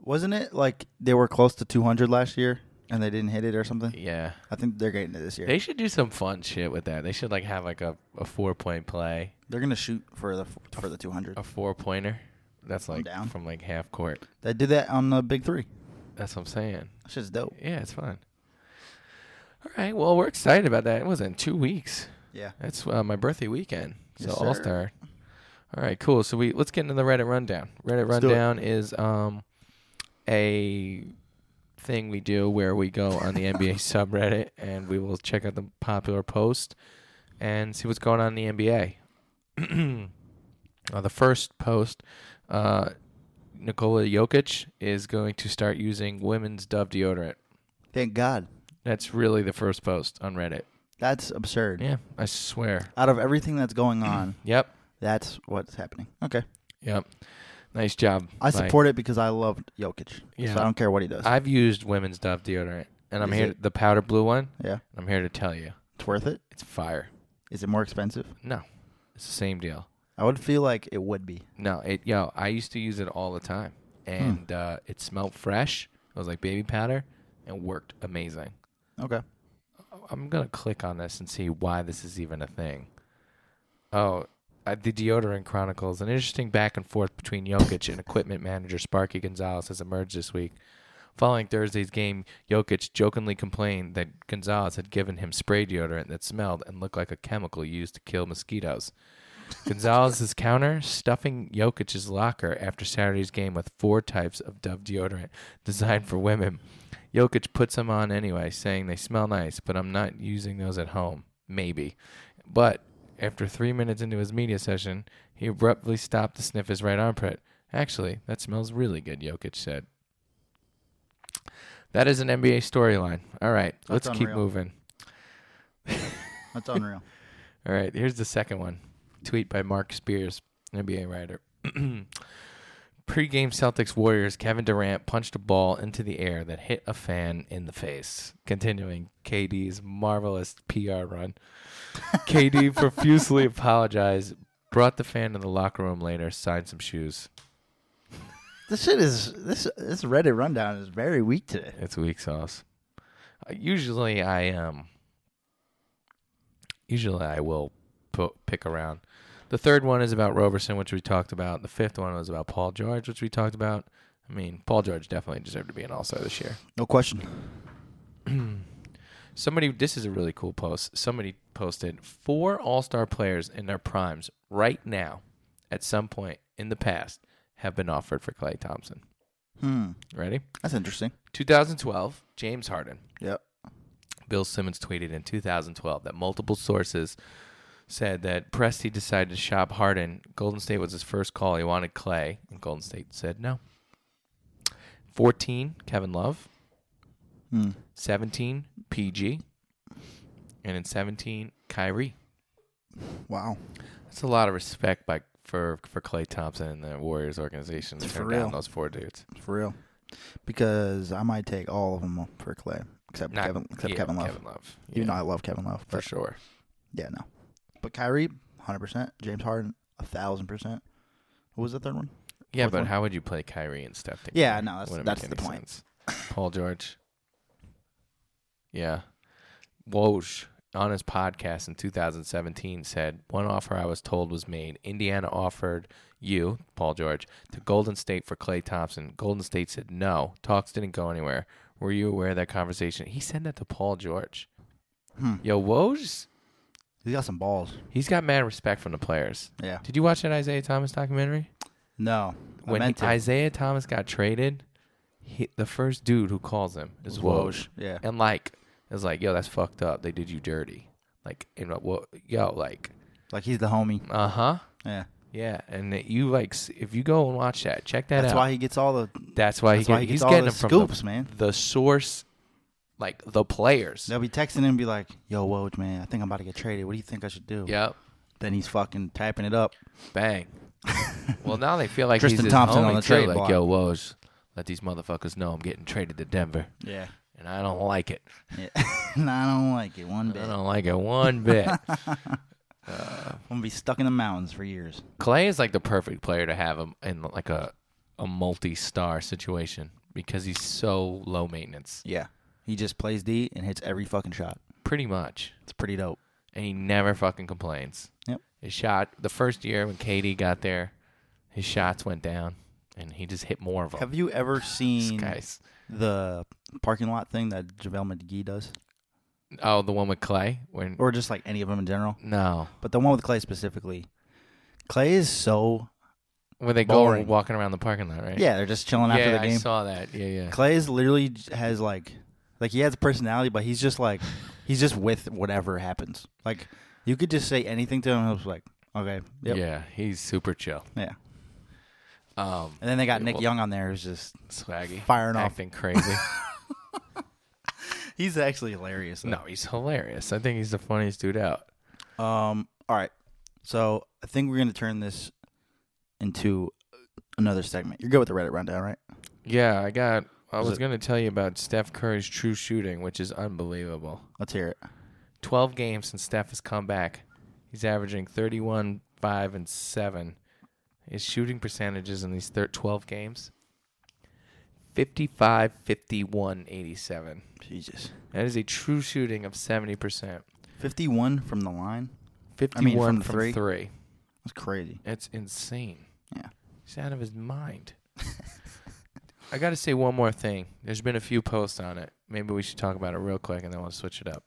A: Wasn't it like they were close to 200 last year and they didn't hit it or something?
B: Yeah.
A: I think they're getting it this year.
B: They should do some fun shit with that. They should like have like a, a four point play,
A: They're gonna shoot for the for the 200.
B: a four pointer. That's like
A: down.
B: from like half court.
A: They did that on the big three.
B: That's what I'm saying.
A: That shit's dope.
B: Yeah, it's fun. All right. Well, we're excited about that. It was in two weeks.
A: Yeah.
B: That's uh, my birthday weekend. So
A: Yes, sir.
B: All Star. All right, cool. So we let's get into the Reddit rundown. Reddit
A: Let's do it.
B: rundown is um a thing we do where we go on the NBA subreddit and we will check out the popular post and see what's going on in the NBA. uh, the first post, uh, Nikola Jokic is going to start using women's Dove deodorant.
A: Thank God.
B: That's really the first post on Reddit.
A: That's absurd.
B: Yeah, I swear.
A: Out of everything that's going on,
B: Yep.
A: that's what's happening. Okay.
B: Yep. Nice job.
A: I
B: Mike.
A: support it because I love Jokic.
B: Yeah.
A: So I don't care what he does.
B: I've used women's Dove deodorant, and I'm
A: Is
B: here
A: it-
B: the powder blue one.
A: yeah.
B: I'm here to tell you,
A: It's worth it.
B: it's fire.
A: Is it more expensive?
B: No, it's the same deal.
A: I would feel like it would be.
B: No, it yo, I used to use it all the time,
A: Hmm.
B: and uh, it smelled fresh. It was like baby powder, and worked amazing.
A: Okay.
B: I'm gonna click on this and see why this is even a thing. Oh, uh, the Deodorant Chronicles: An interesting back and forth between Jokic and equipment manager Sparky Gonzalez has emerged this week. Following Thursday's game, Jokic jokingly complained that Gonzalez had given him spray deodorant that smelled and looked like a chemical used to kill mosquitoes. Gonzalez's counter stuffing Jokic's locker after Saturday's game with four types of Dove deodorant designed for women. Jokic puts them on anyway, saying they smell nice, but I'm not using those at home. Maybe. But after three minutes into his media session, he abruptly stopped to sniff his right armpit. Actually, that smells really good, Jokic said. That is an NBA storyline. All right,
A: That's
B: let's keep
A: unreal.
B: moving.
A: That's unreal.
B: All right, here's the second one. Tweet by Mark Spears, NBA writer. Pre-game Celtics Warriors Kevin Durant punched a ball into the air that hit a fan in the face. Continuing KD's marvelous PR run. KD profusely apologized, brought the fan to the locker room later, signed some shoes.
A: this shit is this this Reddit rundown is very weak today.
B: It's weak sauce. Uh, Usually I um usually I will pu- pick around. The third one is about Roberson, which we talked about. The fifth one was about Paul George, which we talked about. I mean, Paul George definitely deserved to be an All-Star this year.
A: No question.
B: Somebody, this is a really cool post. Somebody posted four All Star players in their primes right now, at some point in the past, have been offered for Clay Thompson.
A: Hmm.
B: Ready?
A: That's interesting.
B: 2012, James Harden.
A: Yep.
B: Bill Simmons tweeted in 2012 that multiple sources said that Presti decided to shop Harden. Golden State was his first call. He wanted Clay, and Golden State said no. 14, Kevin Love.
A: Hmm.
B: 17, PG. And in 17, Kyrie.
A: Wow.
B: That's a lot of respect by for for Clay Thompson and the Warriors organization to
A: For
B: turn
A: real.
B: down those four dudes.
A: For real. Because I might take all of them for Clay, except
B: Not-
A: Kevin, except
B: yeah,
A: Kevin Love.
B: Kevin Love.
A: You know
B: Yeah,
A: I love Kevin Love,
B: for
A: but
B: sure.
A: yeah, no. But Kyrie, hundred percent. James Harden, a thousand percent. What was the third one?
B: Yeah,
A: Fourth
B: but
A: one.
B: how would you play Kyrie and Steph? together?
A: Yeah, no, that's-
B: Wouldn't
A: that's
B: make
A: the
B: any
A: point.
B: sense. Paul George. Yeah. Woj on his podcast in 2017 said one offer I was told was made. Indiana offered you, Paul George, to Golden State for Clay Thompson. Golden State said no. Talks didn't go anywhere. Were you aware of that conversation? He said that to Paul George.
A: Hmm.
B: Yo, Woj,
A: He's got some balls.
B: he's got mad respect from the players.
A: Yeah.
B: Did you watch that Isaiah Thomas documentary?
A: No. I
B: when
A: meant to.
B: Isaiah Thomas got traded, he, the first dude who calls him is
A: Woj,
B: Woj.
A: yeah.
B: And like, it's like, yo, that's fucked up. They did you dirty. Like, and what, what- yo, like,
A: Like he's the homie.
B: uh huh.
A: Yeah.
B: Yeah. And that you, like, s- if you go and watch that, check that
A: That's
B: out.
A: why he gets all the
B: that's why,
A: that's
B: he,
A: why he
B: he's
A: gets all
B: getting
A: the
B: them from the-
A: scoops, man.
B: the, source, like, the players.
A: They'll be texting him and be like, Yo, Woj, man, I think I'm about to get traded. What do you think I should do?
B: Yep.
A: Then he's fucking typing it up.
B: Bang. well, now they feel like
A: Tristan
B: he's his
A: Thompson
B: homie,
A: on the
B: too.
A: trade
B: Like,
A: block.
B: yo, Woj, let these motherfuckers know I'm getting traded to Denver,
A: Yeah.
B: and I don't like it.
A: yeah. no, I don't like it one bit.
B: I don't like it one bit.
A: I'm gonna be stuck in the mountains for years.
B: Clay is like the perfect player to have him in like a a multi-star situation because he's so low maintenance,
A: Yeah. He just plays D and hits every fucking shot.
B: pretty much,
A: It's pretty dope.
B: and he never fucking complains.
A: Yep.
B: His shot the first year when KD got there, his shots went down, and he just hit more of them.
A: Have you ever
B: This
A: seen
B: guy's-
A: the parking lot thing that JaVale McGee does?
B: oh, the one with Clay when
A: Or just like any of them in general?
B: no,
A: But the one with Clay specifically. Clay is so
B: where they
A: Boring.
B: go walking around the parking lot, right?
A: Yeah, they're just chilling after
B: yeah,
A: the game.
B: I saw that. Yeah, yeah.
A: Clay is literally j- has like, like he has a personality, but he's just like, he's just with whatever happens. Like you could just say anything to him, and he'll be like, okay, yep. yeah,
B: Yeah, he's super chill. Um,
A: And then they got Nick
B: well-
A: Young on there, who's just
B: swaggy,
A: Firing off.
B: acting crazy.
A: he's actually hilarious.
B: No, he's hilarious. I think he's the funniest dude out.
A: No. Um. All right. So I think we're gonna turn this into another segment. You're good with the Reddit rundown, right?
B: Yeah, I got. I
A: Was
B: was,
A: it-
B: going to tell you about Steph Curry's true shooting, which is unbelievable.
A: Let's hear it.
B: 12 games since Steph has come back. He's averaging 31, 5, and 7. His shooting percentages in these thir- 12 games 55, 51, 87.
A: Jesus.
B: That is a true shooting of 70%.
A: Fifty-one from the line.
B: 51
A: from
B: from,
A: three?
B: three.
A: That's crazy.
B: It's insane.
A: Yeah.
B: He's out of his mind. I got to say one more thing. There's been a few posts on it. Maybe we should talk about it real quick and then we'll switch it up.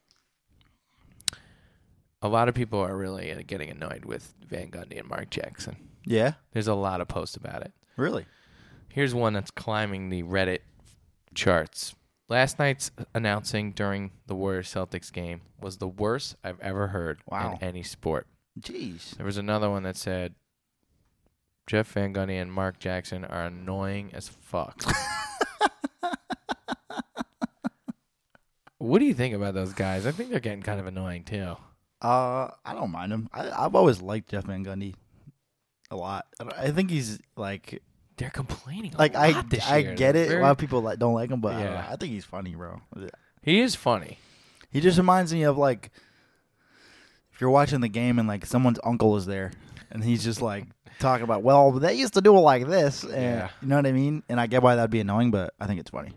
B: a lot of people are really uh, getting annoyed with Van Gundy and Mark Jackson.
A: Yeah,
B: There's a lot of posts about it.
A: really.
B: Here's one that's climbing the Reddit charts. Last night's announcing during the Warriors Celtics game was the worst I've ever heard
A: Wow.
B: in any sport.
A: Jeez.
B: There was another one that said Jeff Van Gundy and Mark Jackson are annoying as fuck. what do you think about those guys? I think they're getting kind of annoying too.
A: Uh, I don't mind him. I, I've always liked Jeff Van Gundy a lot. I don't- I think he's like
B: They're complaining. A
A: like I
B: lot this
A: I
B: year.
A: get
B: They're
A: it.
B: very-
A: A lot of people like, don't like him, but I, don't
B: Yeah.
A: know. I think he's funny, bro.
B: He is funny.
A: He just reminds me of like if you're watching the game and like someone's uncle is there and he's just like talking about well they used to do it like this and
B: Yeah.
A: you know what I mean and I get why that'd be annoying but I think it's funny.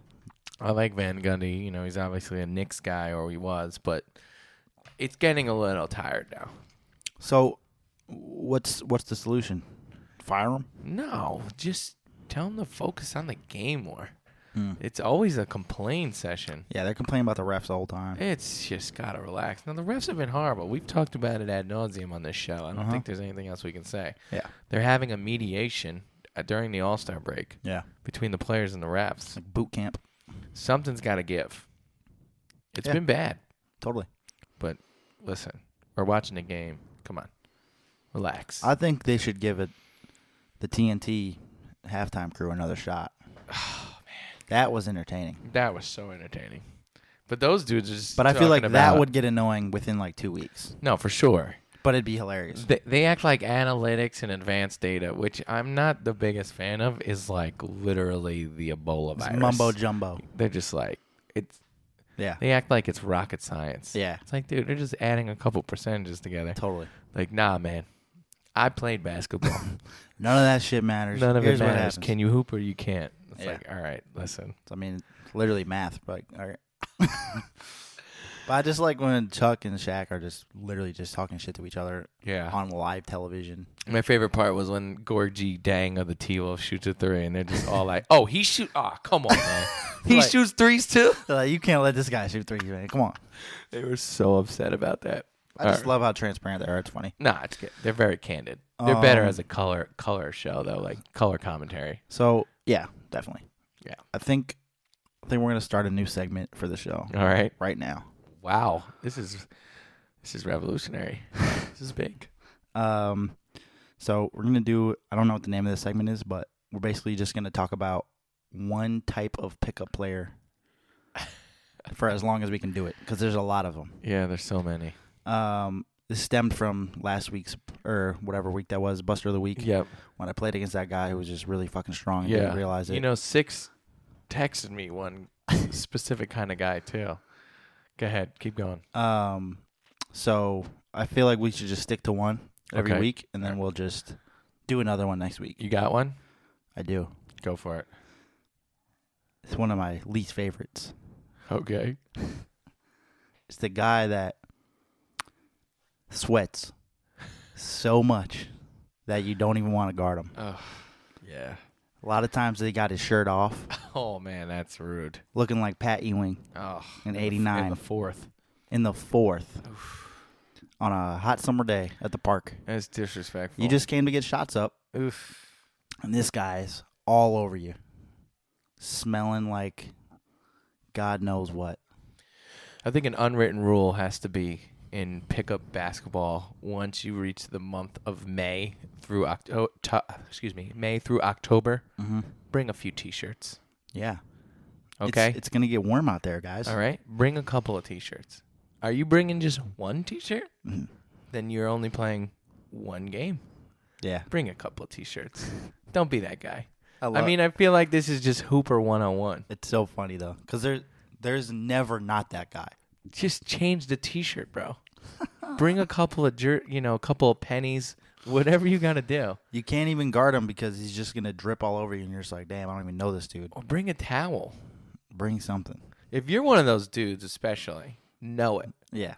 B: I like Van Gundy. You know, he's obviously a Knicks guy, or he was, but it's getting a little tired now.
A: So what's what's the solution? Fire him?
B: No, just tell him to focus on the game more. It's always a complain session.
A: Yeah, they're complaining about the refs the whole time.
B: It's just gotta relax. Now the refs have been horrible. We've talked about it ad nauseum on this show. I don't
A: Uh-huh.
B: think there's anything else we can say.
A: Yeah.
B: They're having a mediation uh, during the All Star break
A: Yeah.
B: between the players and the refs.
A: Like boot camp.
B: Something's got to give. It's
A: Yeah.
B: been bad,
A: Totally.
B: but listen, we're watching a game. Come on, relax.
A: I think they should give it the TNT halftime crew another shot. Oh man. That was entertaining.
B: that was so entertaining. But those dudes are just.
A: But I feel like
B: talking
A: that
B: about-
A: would get annoying within like 2 weeks.
B: no for sure.
A: But it'd be hilarious.
B: They, they act like analytics and advanced data, which I'm not the biggest fan of, is like literally the Ebola
A: It's
B: virus.
A: mumbo jumbo.
B: They're just like it's.
A: Yeah.
B: They act like it's rocket science.
A: Yeah.
B: It's like, dude, they're just adding a couple percentages together.
A: Totally.
B: Like, nah, man. I played basketball.
A: None of that shit matters.
B: None of
A: Here's
B: it
A: what
B: matters.
A: happens.
B: Can you hoop or you can't? It's
A: Yeah.
B: like, all right, listen.
A: I mean, literally math, but all right. but I just like when Chuck and Shaq are just literally just talking shit to each other
B: Yeah.
A: on live television.
B: My favorite part was when Gorgie Dang of the T Wolf shoots a three, and they're just all like, "Oh, he shoot! Ah, come on, man! he
A: Like-
B: shoots threes too."
A: They're like, you can't let this guy shoot threes, man. Come on.
B: They were so upset about that.
A: I just love how transparent they are. It's funny.
B: Nah, it's good. they're very candid. They're better
A: Um,
B: as a color color show though, like color commentary.
A: So yeah, definitely.
B: Yeah.
A: I think I think we're gonna start a new segment for the show
B: All right.
A: right now.
B: Wow. This is this is revolutionary. this is big.
A: Um, so we're gonna do. I don't know what the name of this segment is, but we're basically just gonna talk about one type of pickup player for as long as we can do it, because there's a lot of them.
B: Yeah, there's so many.
A: Um, this stemmed from last week's or whatever week that was, Buster of the Week,
B: Yep.
A: when I played against that guy who was just really fucking strong. And
B: Yeah.
A: didn't realize it.
B: You know, six texted me one specific kind of guy too. Go ahead, keep going.
A: Um, so I feel like we should just stick to one every
B: Okay.
A: week, and then we'll just do another one next week.
B: You got one?
A: I do.
B: Go for it.
A: It's one of my least favorites.
B: Okay.
A: It's the guy that sweats so much that you don't even want to guard him.
B: Oh, yeah.
A: A lot of times they got his shirt off,
B: Oh man, that's rude.
A: looking like Pat Ewing
B: Oh,
A: In
B: the f-
A: 89.
B: in the fourth.
A: in the fourth on a hot summer day at the park.
B: That's disrespectful.
A: You just came to get shots up,
B: oof.
A: and this guy's all over you, smelling like God knows what.
B: I think an unwritten rule has to be in pickup basketball once you reach the month of May through October, excuse me, May through October,
A: Mm-hmm.
B: bring a few t-shirts.
A: Yeah. It's-
B: Okay?
A: It's, gonna get warm out there, guys.
B: All right? Bring a couple of t-shirts. Are you bringing just one t-shirt?
A: Mhm.
B: Then you're only playing one game.
A: Yeah.
B: Bring a couple of t-shirts. Don't be that guy. I
A: love-
B: mean, I feel like this is just Hooper 101.
A: it's so funny though, cause there there's never not that guy.
B: Just change the t-shirt, bro. Bring a couple of jer- you know, a couple of pennies, whatever you got to do.
A: You can't even guard him because he's just gonna drip all over you, and you're just like, damn, I don't even know this dude.
B: Or bring a towel.
A: Bring something.
B: If you're one of those dudes, especially, know it.
A: Yeah.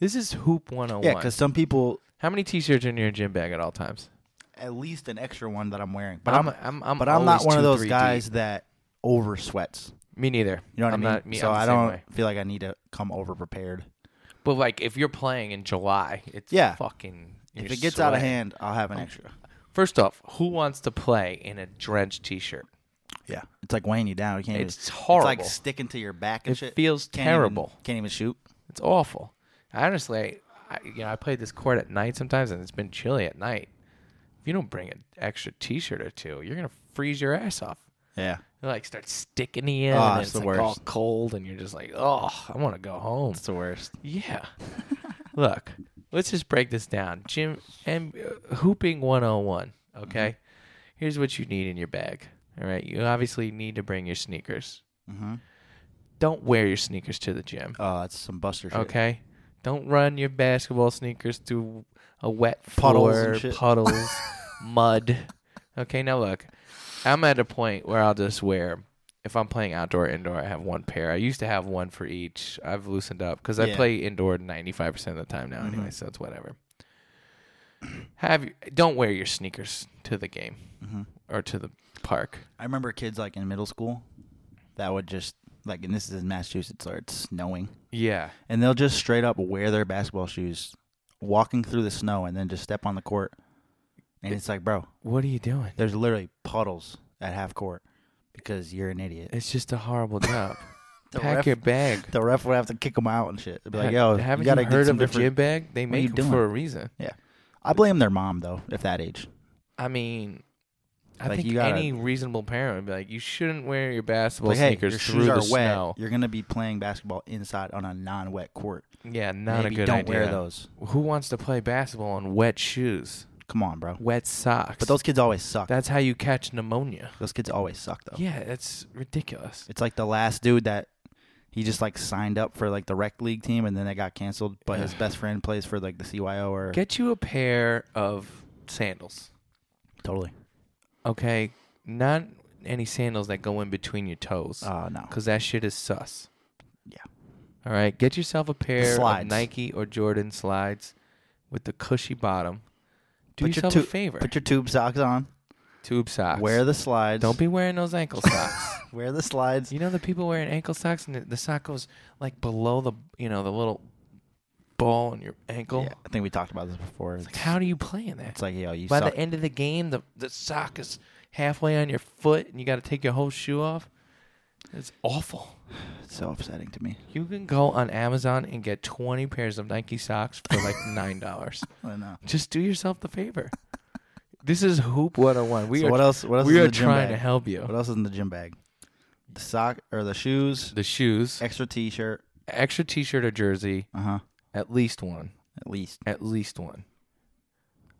B: This is Hoop 101.
A: Yeah, because some people
B: How many t-shirts are in your gym bag at all times?
A: at least an extra one that I'm wearing, but
B: I'm,
A: I'm,
B: I'm, I'm
A: but I'm not
B: always
A: one of
B: two,
A: those
B: three
A: guys
B: deep.
A: that over sweats.
B: Me neither.
A: You know what
B: I'm
A: I mean?
B: Not, me,
A: so
B: I'm the
A: I
B: same
A: don't
B: way.
A: feel like I need to come over prepared.
B: But like if you're playing in July, it's
A: Yeah.
B: fucking.
A: If
B: you're
A: it gets out of
B: sweating.
A: hand, I'll have an extra.
B: First off, who wants to play in a drenched t-shirt?
A: Yeah, it's like weighing you down. You can't. even-
B: It's
A: It's
B: horrible.
A: like sticking to your back and
B: It
A: shit.
B: feels
A: Can't even-
B: terrible.
A: can't even shoot.
B: It's awful. Honestly, I, I- you know, I play this court at night sometimes, and it's been chilly at night. If you don't bring an extra T-shirt or two, you're gonna freeze your ass off.
A: Yeah.
B: It like starts sticking to you,
A: Oh,
B: and then
A: it's
B: it's
A: the
B: like
A: worst.
B: all cold, and you're just like, oh, I want to go home.
A: It's the worst.
B: Yeah. Look, let's just break this down. Jim and uh, hooping 101, okay? Here's what you need in your bag. All right? You obviously need to bring your sneakers.
A: Mm-hmm.
B: Don't wear your sneakers to the gym,
A: Oh, that's some buster shit.
B: okay? Don't run your basketball sneakers through a wet
A: Puddles and
B: floor,
A: shit.
B: puddles, mud. Okay, now look. I'm at a point where I'll just wear if I'm playing outdoor indoor, I have one pair. I used to have one for each. I've loosened up because I
A: Yeah.
B: play indoor 95% of the time now
A: Mhm.
B: anyway, so it's whatever. Have you, don't wear your sneakers to the game
A: Mhm.
B: or to the park.
A: I remember kids like in middle school that would just like, and this is in Massachusetts, so it's snowing,
B: Yeah.
A: and they'll just straight up wear their basketball shoes, walking through the snow, and then just step on the court. And it's like, bro,
B: What are you doing?
A: there's literally puddles at half court because you're an idiot.
B: It's just a horrible job.
A: The
B: Pack
A: ref-
B: your bag.
A: The ref would have to kick them out and shit. They'd be like,
B: Ha-
A: yo,
B: haven't
A: you gotta get
B: heard
A: some
B: of a
A: different-
B: gym bag? They
A: What are you
B: make them
A: doing?
B: for a reason.
A: I blame their mom though, if that age.
B: I mean, I
A: Like,
B: think
A: you gotta-
B: any reasonable parent would be like, you shouldn't wear your basketball
A: Like, hey,
B: sneakers
A: your shoes
B: through the
A: are wet.
B: snow.
A: You're gonna be playing basketball inside on a non-wet court.
B: Yeah, not
A: Maybe
B: a good
A: don't
B: idea.
A: wear those.
B: Who wants to play basketball on wet shoes,
A: Come on, bro.
B: wet socks?
A: But those kids always suck.
B: that's how you catch pneumonia.
A: those kids always suck though.
B: Yeah, it's ridiculous.
A: It's like the last dude that he just like signed up for like the rec league team and then it got canceled. But his best friend plays for like the CYO or
B: Get you a pair of sandals.
A: totally.
B: Okay, not any sandals that go in between your toes
A: Oh no,
B: cuz that shit is sus.
A: Yeah.
B: All right, get yourself a pair of
A: slides.
B: Nike or Jordan slides with the cushy bottom. Do
A: Put your
B: yourself
A: tu-
B: a favor.
A: put your tube socks on.
B: tube socks.
A: Wear the slides.
B: Don't be wearing those ankle socks.
A: wear the slides.
B: You know the people wearing ankle socks and the, the sock goes like below the you know the little ball on your ankle.
A: Yeah, I think we talked about this before. It's,
B: Like how do you play in that?
A: it's like yo, you
B: By
A: suck.
B: the end of the game, the the sock is halfway on your foot and you got to take your whole shoe off. It's awful.
A: It's so upsetting to me.
B: You can go on Amazon and get twenty pairs of Nike socks for like nine dollars.
A: I know.
B: Just do yourself the favor. This is Hoop 101. We
A: So
B: are
A: what else? What else?
B: we
A: is in
B: are
A: the gym
B: trying to
A: bag?
B: help you.
A: What else is in the gym bag? The sock or the shoes,
B: The shoes,
A: extra T-shirt.
B: extra T-shirt or jersey,
A: Uh huh.
B: at least one.
A: At least.
B: at least one.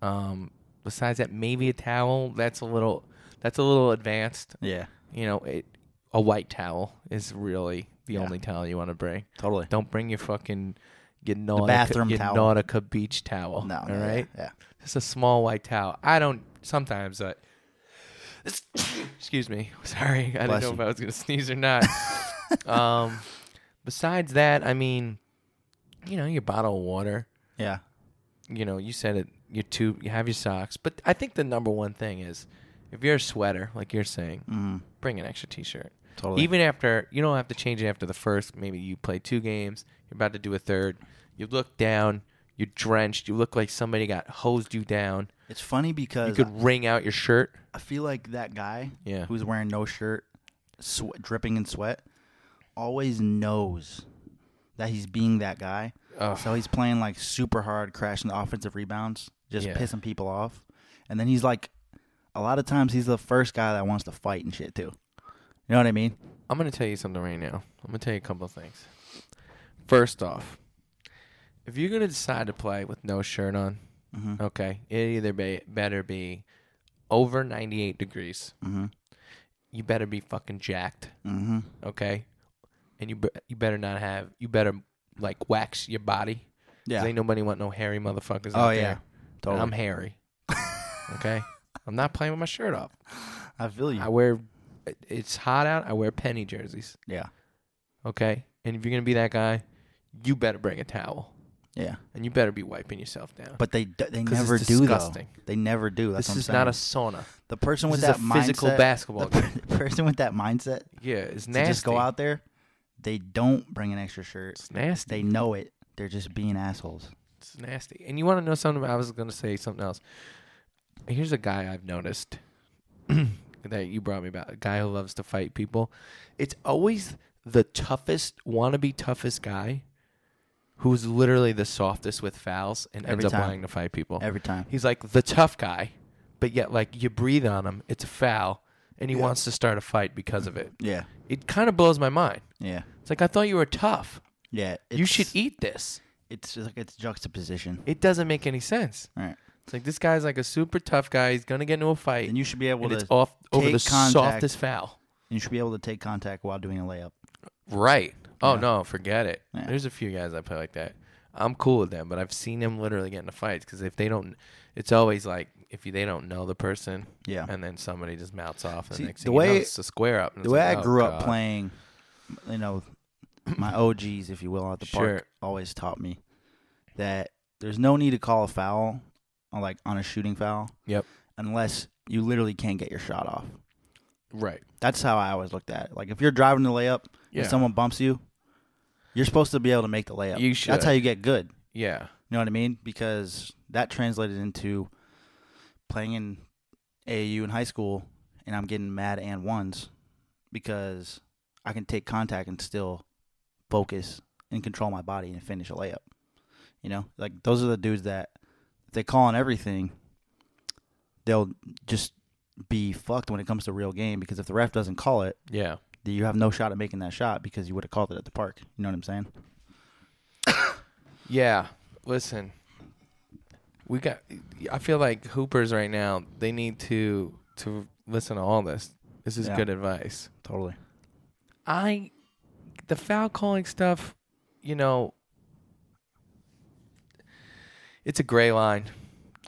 B: Um, besides that, maybe a towel. That's a little. That's a little advanced.
A: Yeah.
B: You know, it, a white towel is really the
A: Yeah.
B: only towel you want to bring.
A: Totally.
B: Don't bring your fucking your Nautica,
A: bathroom
B: your
A: towel.
B: Nautica beach towel.
A: No.
B: all
A: no,
B: right?
A: Yeah.
B: Just a small white towel. I don't sometimes, but excuse me. Sorry, I
A: Bless
B: didn't know
A: you.
B: if I was gonna sneeze or not. um, besides that, I mean, you know, your bottle of water
A: yeah. Yeah.
B: you know, you said it. Your tube, you have your socks, but I think the number one thing is, if you're a sweater, like you're saying,
A: Mm,
B: bring an extra t-shirt.
A: totally.
B: Even after you don't have to change it after the first. Maybe you play two games. You're about to do a third. You look down. You're drenched. You look like somebody got hosed you down.
A: it's funny
B: You
A: because
B: could wring out your shirt.
A: I feel like that guy
B: Yeah.
A: who's wearing no shirt, swe dripping in sweat, always knows that he's being that guy.
B: Ugh.
A: So he's playing like super hard, crashing the offensive rebounds, just
B: Yeah.
A: pissing people off. And then he's like, a lot of times he's the first guy that wants to fight and shit too. You know what I mean?
B: I'm gonna tell you something right now. I'm gonna tell you a couple of things. First off, if you're gonna decide to play with no shirt on,
A: Mm-hmm.
B: Okay. It either be, better be over 98 degrees.
A: Mm-hmm.
B: You better be fucking jacked.
A: Mm-hmm.
B: Okay. And you be, you better not have, you better like wax your body. 'Cause
A: Yeah.
B: Ain't nobody want no hairy motherfuckers
A: oh
B: out
A: yeah.
B: there. And
A: Totally.
B: I'm hairy. okay. I'm not playing with my shirt off.
A: i feel you.
B: I wear, it's hot out. I wear penny jerseys.
A: yeah.
B: Okay. And if you're going to be that guy, you better bring a towel.
A: Yeah.
B: And you better be wiping yourself down.
A: But they d- they
B: 'Cause it's
A: never do though.
B: disgusting.
A: They never do. That's
B: This
A: what I'm
B: is
A: saying.
B: not a sauna.
A: the person
B: This
A: with
B: is a
A: that
B: physical
A: mindset,
B: basketball
A: The
B: game.
A: per- person with that mindset
B: Yeah, it's
A: to
B: nasty.
A: just go out there, they don't bring an extra shirt.
B: It's nasty.
A: They know it. They're just being assholes.
B: It's nasty. And you want to know something? I was going to say something else. Here's a guy I've noticed that you brought me about. A guy who loves to fight people. It's always the toughest, wannabe toughest guy who's literally the softest with fouls and
A: Every
B: ends up
A: time.
B: wanting to fight people.
A: Every time.
B: He's like the tough guy, but yet, like, you breathe on him, it's a foul, and he
A: Yeah.
B: wants to start a fight because of it.
A: Yeah.
B: It kind of blows my mind.
A: Yeah.
B: It's like, I thought you were tough.
A: Yeah.
B: you
A: it's-
B: should eat this.
A: It's just like it's juxtaposition.
B: It doesn't make any sense.
A: All right.
B: It's like this guy's like a super tough guy. He's gonna get into a fight,
A: And you should be able
B: and
A: to
B: it's off over the
A: take contact.
B: softest foul.
A: you should be able to take contact while doing a layup.
B: Right. Oh
A: Yeah.
B: no, forget it.
A: Yeah.
B: There's a few guys I play like that. I'm cool with them, but I've seen them literally get into fights because if they don't, it's always like if you, they don't know the person,
A: Yeah.
B: and then somebody just mouths off. And
A: See,
B: the next
A: the
B: thing you know,
A: way-
B: it's a square up. and
A: the
B: it's
A: way
B: like,
A: I
B: oh,
A: grew up
B: God.
A: playing, you know, my OGs, if you will, at the
B: Sure.
A: park always taught me that there's no need to call a foul, on, like on a shooting foul.
B: Yep.
A: Unless you literally can't get your shot off.
B: right?
A: That's how I always looked at it. Like if you're driving the layup,
B: Yeah,
A: if someone bumps you, you're supposed to be able to make the layup.
B: You should.
A: That's how you get good. You
B: yeah,
A: know what I mean? Because that translated into playing in AAU in high school, and I'm getting mad and ones because I can take contact and still focus and control my body and finish a layup. You know, like those are the dudes that if they call on everything. They'll just be fucked when it comes to real game because if the ref doesn't call it,
B: yeah.
A: that you have no shot at making that shot because you would have called it at the park. You know what I'm saying?
B: Yeah. Listen, we got. I feel like Hoopers right now. They need to to listen to all this. This is
A: Yeah.
B: good advice.
A: Totally.
B: I, the foul calling stuff, you know, it's a gray line.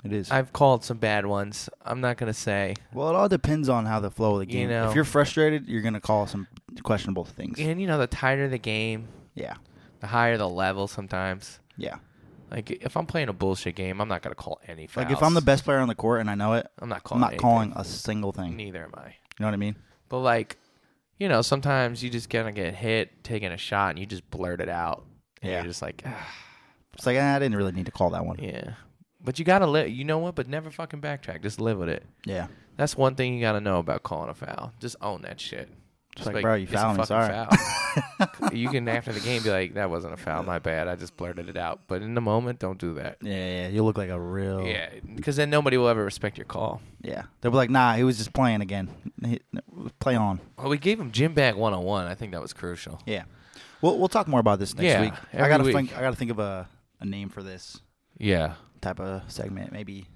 A: It is.
B: I've called some bad ones. I'm not gonna say.
A: well, it all depends on how the flow of the
B: You
A: game.
B: know.
A: if you're frustrated, you're gonna call some questionable things.
B: And you know, the tighter the game,
A: Yeah.
B: the higher the level. Sometimes,
A: Yeah.
B: like if I'm playing a bullshit game, I'm not gonna call any fouls.
A: Like if I'm the best player on the court and I know it,
B: I'm not
A: I'm
B: calling.
A: not
B: anything.
A: calling a single thing. You
B: Neither am I.
A: know what I mean?
B: But like, you know, sometimes you just gonna get hit taking a shot, and you just blurt it out, and
A: Yeah.
B: you're just like, ah,
A: It's like ah, I didn't really need to call that one. Yeah.
B: yeah. But you gotta live. You know what? But never fucking backtrack. Just live with it. That's one thing you gotta know about calling a foul. Just own that shit. Just
A: like, bro, you
B: it's a
A: fouled me,
B: fucking foul. you can after the game be like, that wasn't a foul. My bad. I just blurted it out. But in the moment, don't do that.
A: Yeah, yeah, you look like a real.
B: Yeah, because then nobody will ever respect your call.
A: yeah. They'll be like, nah, he was just playing again. He- no, play on.
B: Well, we gave him gym bag 101. I think that was crucial.
A: Yeah, we'll we'll talk more about this next
B: Yeah,
A: week. I
B: every
A: gotta
B: week.
A: think. I gotta think of a a name for this
B: Yeah,
A: type of segment. Maybe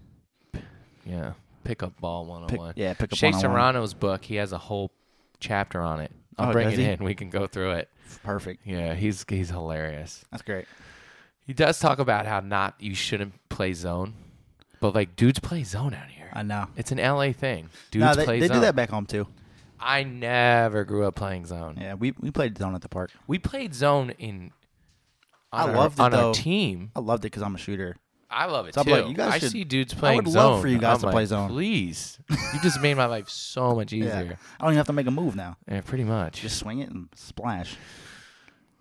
B: yeah. Pick up ball
A: pick,
B: 101.
A: yeah, pick up
B: Shea
A: on one.
B: Serrano's book, he has a whole chapter on it. I'll
A: Oh,
B: bring
A: does
B: it
A: he?
B: in. We can go through it.
A: Perfect.
B: Yeah, he's he's hilarious.
A: That's great.
B: He does talk about how not you shouldn't play zone, but like dudes play zone out here.
A: I know.
B: It's an LA thing. Dudes
A: no, they,
B: play
A: they
B: zone.
A: do that back home too.
B: I never grew up playing zone.
A: Yeah, we we played zone at the park.
B: We played zone in.
A: I
B: On our,
A: loved it,
B: on
A: though.
B: our team.
A: I loved it because I'm a shooter.
B: I love it
A: So I'm
B: too.
A: like, you guys
B: I
A: should-
B: see dudes
A: I
B: playing
A: would
B: zone.
A: love for you guys
B: I'm
A: to
B: like,
A: play zone.
B: Please, you just made my life so much
A: Yeah,
B: easier.
A: I don't even have to make a move now.
B: Yeah, pretty much.
A: Just swing it and splash.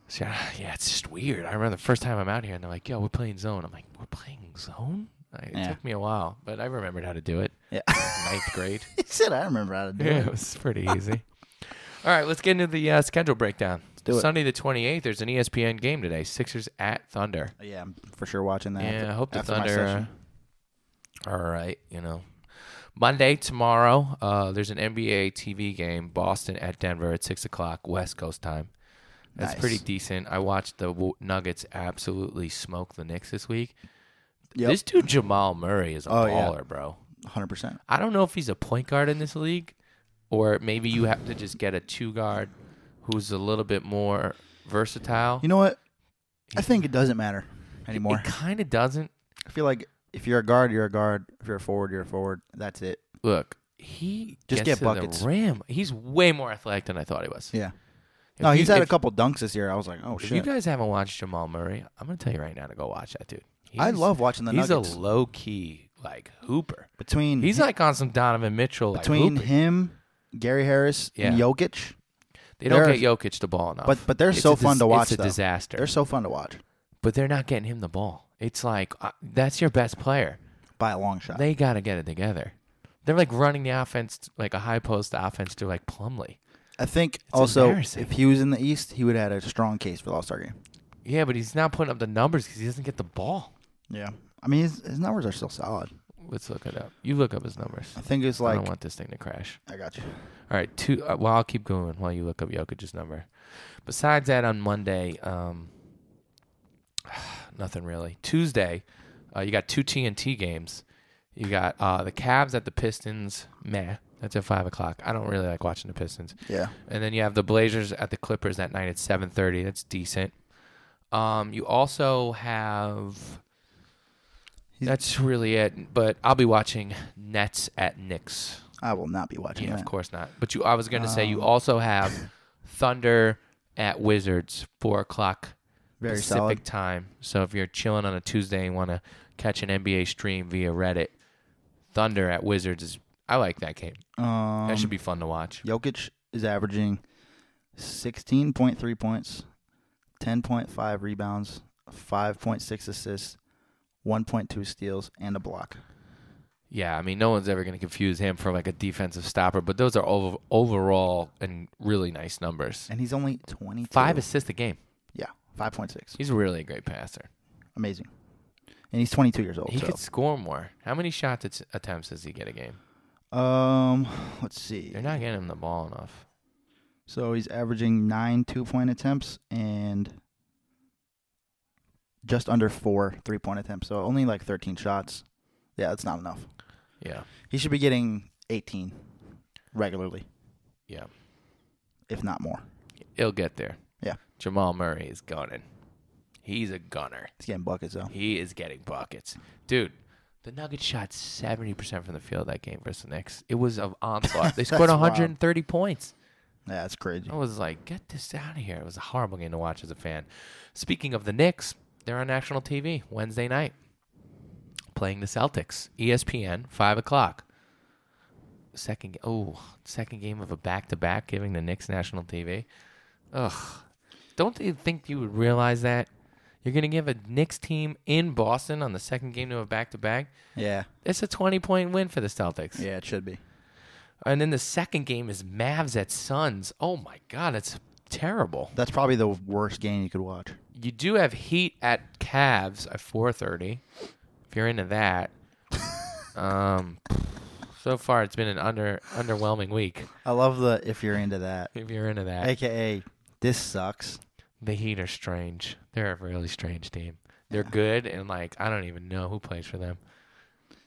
B: So, yeah, yeah, it's just weird. I remember the first time I'm out here and they're like, yo, we're playing zone. I'm like, we're playing zone? Like, It
A: Yeah.
B: took me a while, but I remembered how to do it.
A: Yeah,
B: Ninth grade.
A: he said I remember how to do
B: yeah, it
A: it.
B: was pretty easy. All right, let's get into the uh, schedule breakdown.
A: do it.
B: Sunday the 28th, there's an E ESPN game today Sixers at Thunder.
A: Yeah, I'm for sure watching that.
B: Yeah,
A: after-
B: I hope the
A: after my
B: Thunder
A: session.
B: uh, are all right, you know. Monday, tomorrow, uh, there's an NBA TV game, Boston at Denver at 6 o'clock, West Coast time. That's
A: Nice.
B: pretty decent. I watched the W- Nuggets absolutely smoke the Knicks this week.
A: Yep.
B: This dude, Jamal Murray, is a
A: Oh, yeah.
B: baller, bro.
A: 100. percent
B: I don't know if he's a point guard in this league, or maybe you have to just get a two guard who's a little bit more versatile.
A: You know what? I think it doesn't matter anymore.
B: It kind of doesn't.
A: I feel like if you're a guard, you're a guard. If you're a forward, you're a forward. That's it.
B: Look, he
A: Just get
B: gets to
A: buckets.
B: The rim. He's way more athletic than I thought he was.
A: Yeah.
B: If
A: No,
B: you-
A: he's had a
B: if-
A: couple dunks this year. I was like, oh
B: If you
A: shit.
B: guys haven't watched Jamal Murray, I'm gonna tell you right now to go watch that dude.
A: I
B: He's-
A: love watching the
B: He's
A: Nuggets.
B: a low key like hooper.
A: between
B: He's
A: hi-
B: like on some Donovan Mitchell. Like,
A: between
B: hooping.
A: him, Gary Harris, and
B: Yeah.
A: Jokic.
B: they don't
A: they're-
B: get Jokic the ball enough.
A: But but they're
B: It's
A: so
B: a dis-
A: fun to watch.
B: It's a
A: though.
B: disaster.
A: They're so fun to watch.
B: but they're not getting him the ball. It's like uh, that's your best player.
A: by a long shot.
B: They got to get it together. They're like running the offense like a high post offense to like Plumlee.
A: I think also
B: embarrassing.
A: if he was in the East, he would have had a strong case for the All Star game.
B: Yeah, but he's not putting up the numbers because he doesn't get the ball.
A: Yeah, I mean his, his numbers are still solid.
B: Let's look it up. You look up his numbers.
A: I think it's
B: I
A: like
B: don't want this thing to crash.
A: I got you.
B: All right, two. Uh, well, I'll keep going while you look up Jokic's number. Besides that, on Monday, um, nothing really. Tuesday, uh, you got two TNT games. You got uh, the Cavs at the Pistons. Meh, that's at five o'clock. I don't really like watching the Pistons.
A: Yeah,
B: And then you have the Blazers at the Clippers that night at 7:30. That's decent. Um, you also have.
A: He's-
B: That's really it. But I'll be watching Nets at Knicks.
A: I will not be watching
B: Yeah,
A: that.
B: of course not. But you, I was going to say you
A: Um,
B: also have Thunder at Wizards, four o'clock
A: Very
B: Pacific
A: solid.
B: time. So if you're chilling on a Tuesday and want to catch an NBA stream via Reddit, Thunder at Wizards is. I like that game.
A: Um,
B: That should be fun to watch.
A: Jokic is averaging 16.3 points, 10.5 rebounds, 5.6 assists, 1.2 steals, and a block.
B: Yeah, I mean, no one's ever going to confuse him for like a defensive stopper, but those are over, overall and really nice numbers.
A: And he's only 22.
B: Five assists a game.
A: Yeah, 5.6.
B: He's really a great passer.
A: Amazing. And he's 22 years old.
B: He
A: so.
B: could score more. How many shot att- attempts does he get a game?
A: Um, let's see.
B: They're not getting him the ball enough.
A: So he's averaging nine two-point attempts and just under four three-point attempts. So only like 13 shots. Yeah, that's not enough.
B: Yeah,
A: He should be getting 18 regularly,
B: yeah.
A: if not more.
B: He'll get there.
A: Yeah.
B: Jamal Murray is gunning. He's a gunner.
A: He's getting buckets though.
B: He is getting buckets. Dude, the Nuggets shot 70% from the field that game versus the Knicks. It was an onslaught. They scored
A: That's wild.
B: 130 points.
A: Yeah, that's crazy.
B: I was like, get this out of here. It was a horrible game to watch as a fan. Speaking of the Knicks, they're on national TV Wednesday night playing the Celtics. E ESPN, 5 o'clock. Second, ga- oh, second game of a back to back giving the Knicks national TV. Ugh. Don't you think you would realize that? You're going to give a Knicks team in Boston on the second game to a back to back?
A: Yeah,
B: It's a 20 point win for the Celtics.
A: yeah, it should be.
B: And then the second game is Mavs at Suns. Oh my God, it's terrible.
A: That's probably the worst game you could watch.
B: You do have Heat at Cavs at 4:30. If you're into that. um, so far it's been an under underwhelming week.
A: I love the if you're into that,
B: If you're into that,
A: aka this sucks.
B: the Heat are strange. They're a really strange team. They're good and like I don't even know who plays for them.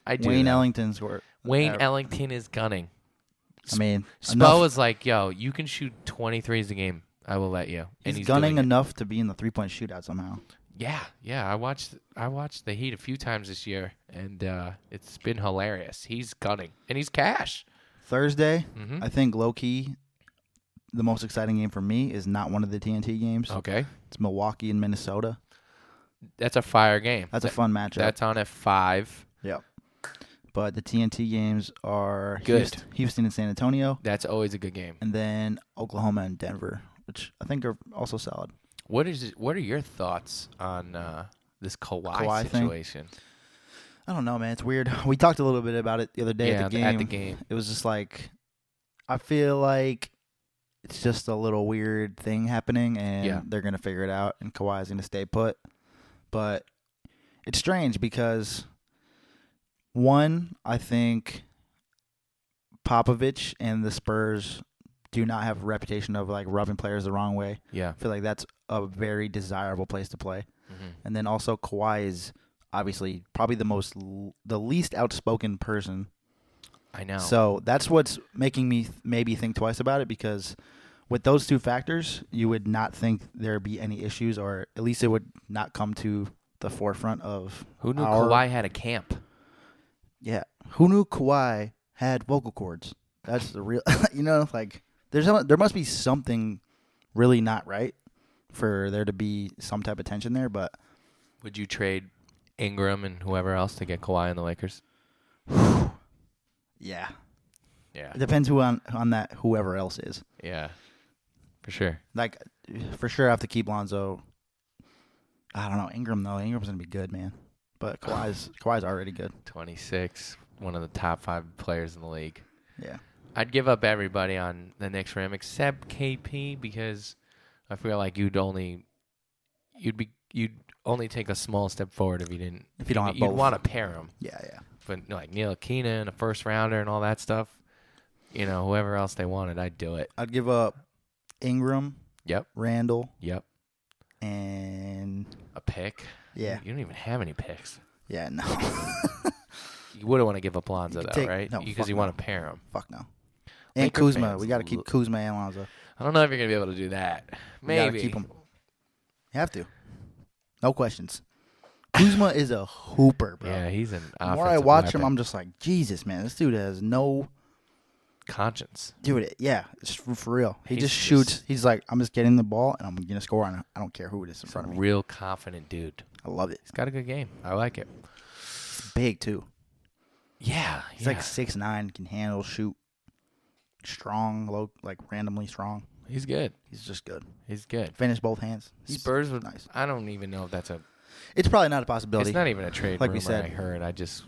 B: I do.
A: Wayne
B: though.
A: Ellington's work.
B: Wayne
A: uh,
B: Ellington is gunning.
A: I mean,
B: Spo
A: enough-
B: is like, yo, you can shoot 23s a game. I will let you.
A: he's,
B: doing
A: gunning
B: it.
A: enough to be in the three point shootout somehow.
B: Yeah, yeah. I watched I watched the Heat a few times this year, and uh, it's been hilarious. He's gunning, and he's cash.
A: Thursday,
B: Mhm.
A: I think low key, the most exciting game for me is not one of the TNT games.
B: Okay,
A: It's Milwaukee and Minnesota.
B: that's a fire game.
A: That's a fun matchup.
B: That's on at five.
A: yep. But the TNT games are
B: Good.
A: Houston, Houston and San Antonio,
B: That's always a good game.
A: and then Oklahoma and Denver, which I think are also solid.
B: What is it, what are your thoughts on uh, this Kawhi,
A: Kawhi thing?
B: situation?
A: I don't know, man. It's weird. We talked a little bit about it the other day
B: yeah,
A: at the game.
B: at the game.
A: It was just like I feel like it's just a little weird thing happening, and
B: Yeah.
A: they're gonna figure it out, and Kawhi's gonna stay put. But it's strange because one, I think Popovich and the Spurs do not have a reputation of like rubbing players the wrong way.
B: Yeah.
A: I feel like that's a very desirable place to play.
B: Mhm.
A: And then also Kawhi is obviously probably the most l- the least outspoken person
B: I know.
A: so that's what's making me th- maybe think twice about it because with those two factors, you would not think there'd be any issues, or at least it would not come to the forefront of
B: who knew
A: our-
B: Kawhi had a camp?
A: Yeah, who knew Kawhi had vocal cords? That's the real, you know, like there's some, there must be something really not right for there to be some type of tension there, but
B: Would you trade Ingram and whoever else to get Kawhi and the Lakers?
A: yeah,
B: Yeah.
A: it depends who on on that whoever else is.
B: Yeah. For sure.
A: Like for sure, I have to keep Lonzo I don't know Ingram though. Ingram's gonna be good, man. But Kawhi's Kawhi's already good.
B: 26, one of the top five players in the league.
A: Yeah.
B: I'd give up everybody on the Knicks for him except KP because I feel like you'd only you'd be you'd only take a small step forward if you didn't
A: If you don't have
B: you'd
A: both.
B: want to pair him.
A: Yeah, yeah.
B: But you know, like Neil Keenan, a first rounder, and all that stuff. You know, whoever else they wanted, I'd do it.
A: I'd give up Ingram,
B: Yep,
A: Randall,
B: yep.
A: and
B: A pick.
A: yeah,
B: You don't even have any picks.
A: yeah. No,
B: You wouldn't want to give up Lonzo
A: could
B: though,
A: take-
B: right?
A: no,
B: Because
A: fuck
B: you
A: no.
B: want to pair him.
A: fuck no. And
B: Laker
A: Kuzma,
B: fans
A: we got to keep
B: lo-
A: Kuzma and Lonzo.
B: I don't know if you're gonna be able to do that.
A: We gotta
B: Maybe
A: keep 'em. You have to. No questions. Kuzma is a hooper, bro.
B: Yeah, he's an.
A: the more I watch him, I'm just like, Jesus, man, this dude has no
B: conscience.
A: dude. it- Yeah, it's for, for real. He
B: He's
A: just shoots.
B: just-
A: he's like, I'm just getting the ball and I'm gonna score on it. I don't care who it is in
B: He's a
A: front of me.
B: real confident dude.
A: I love it.
B: He's got a good game. I like it.
A: It's big too.
B: Yeah,
A: He's like six nine, can handle, shoot, strong, low, like randomly strong.
B: he's good.
A: He's just good.
B: He's good.
A: Finish both hands. He's-
B: Spurs would.
A: nice.
B: I don't even know if that's a.
A: It's probably not a possibility.
B: It's not even a trade
A: Like we
B: rumor
A: said.
B: I heard. I just.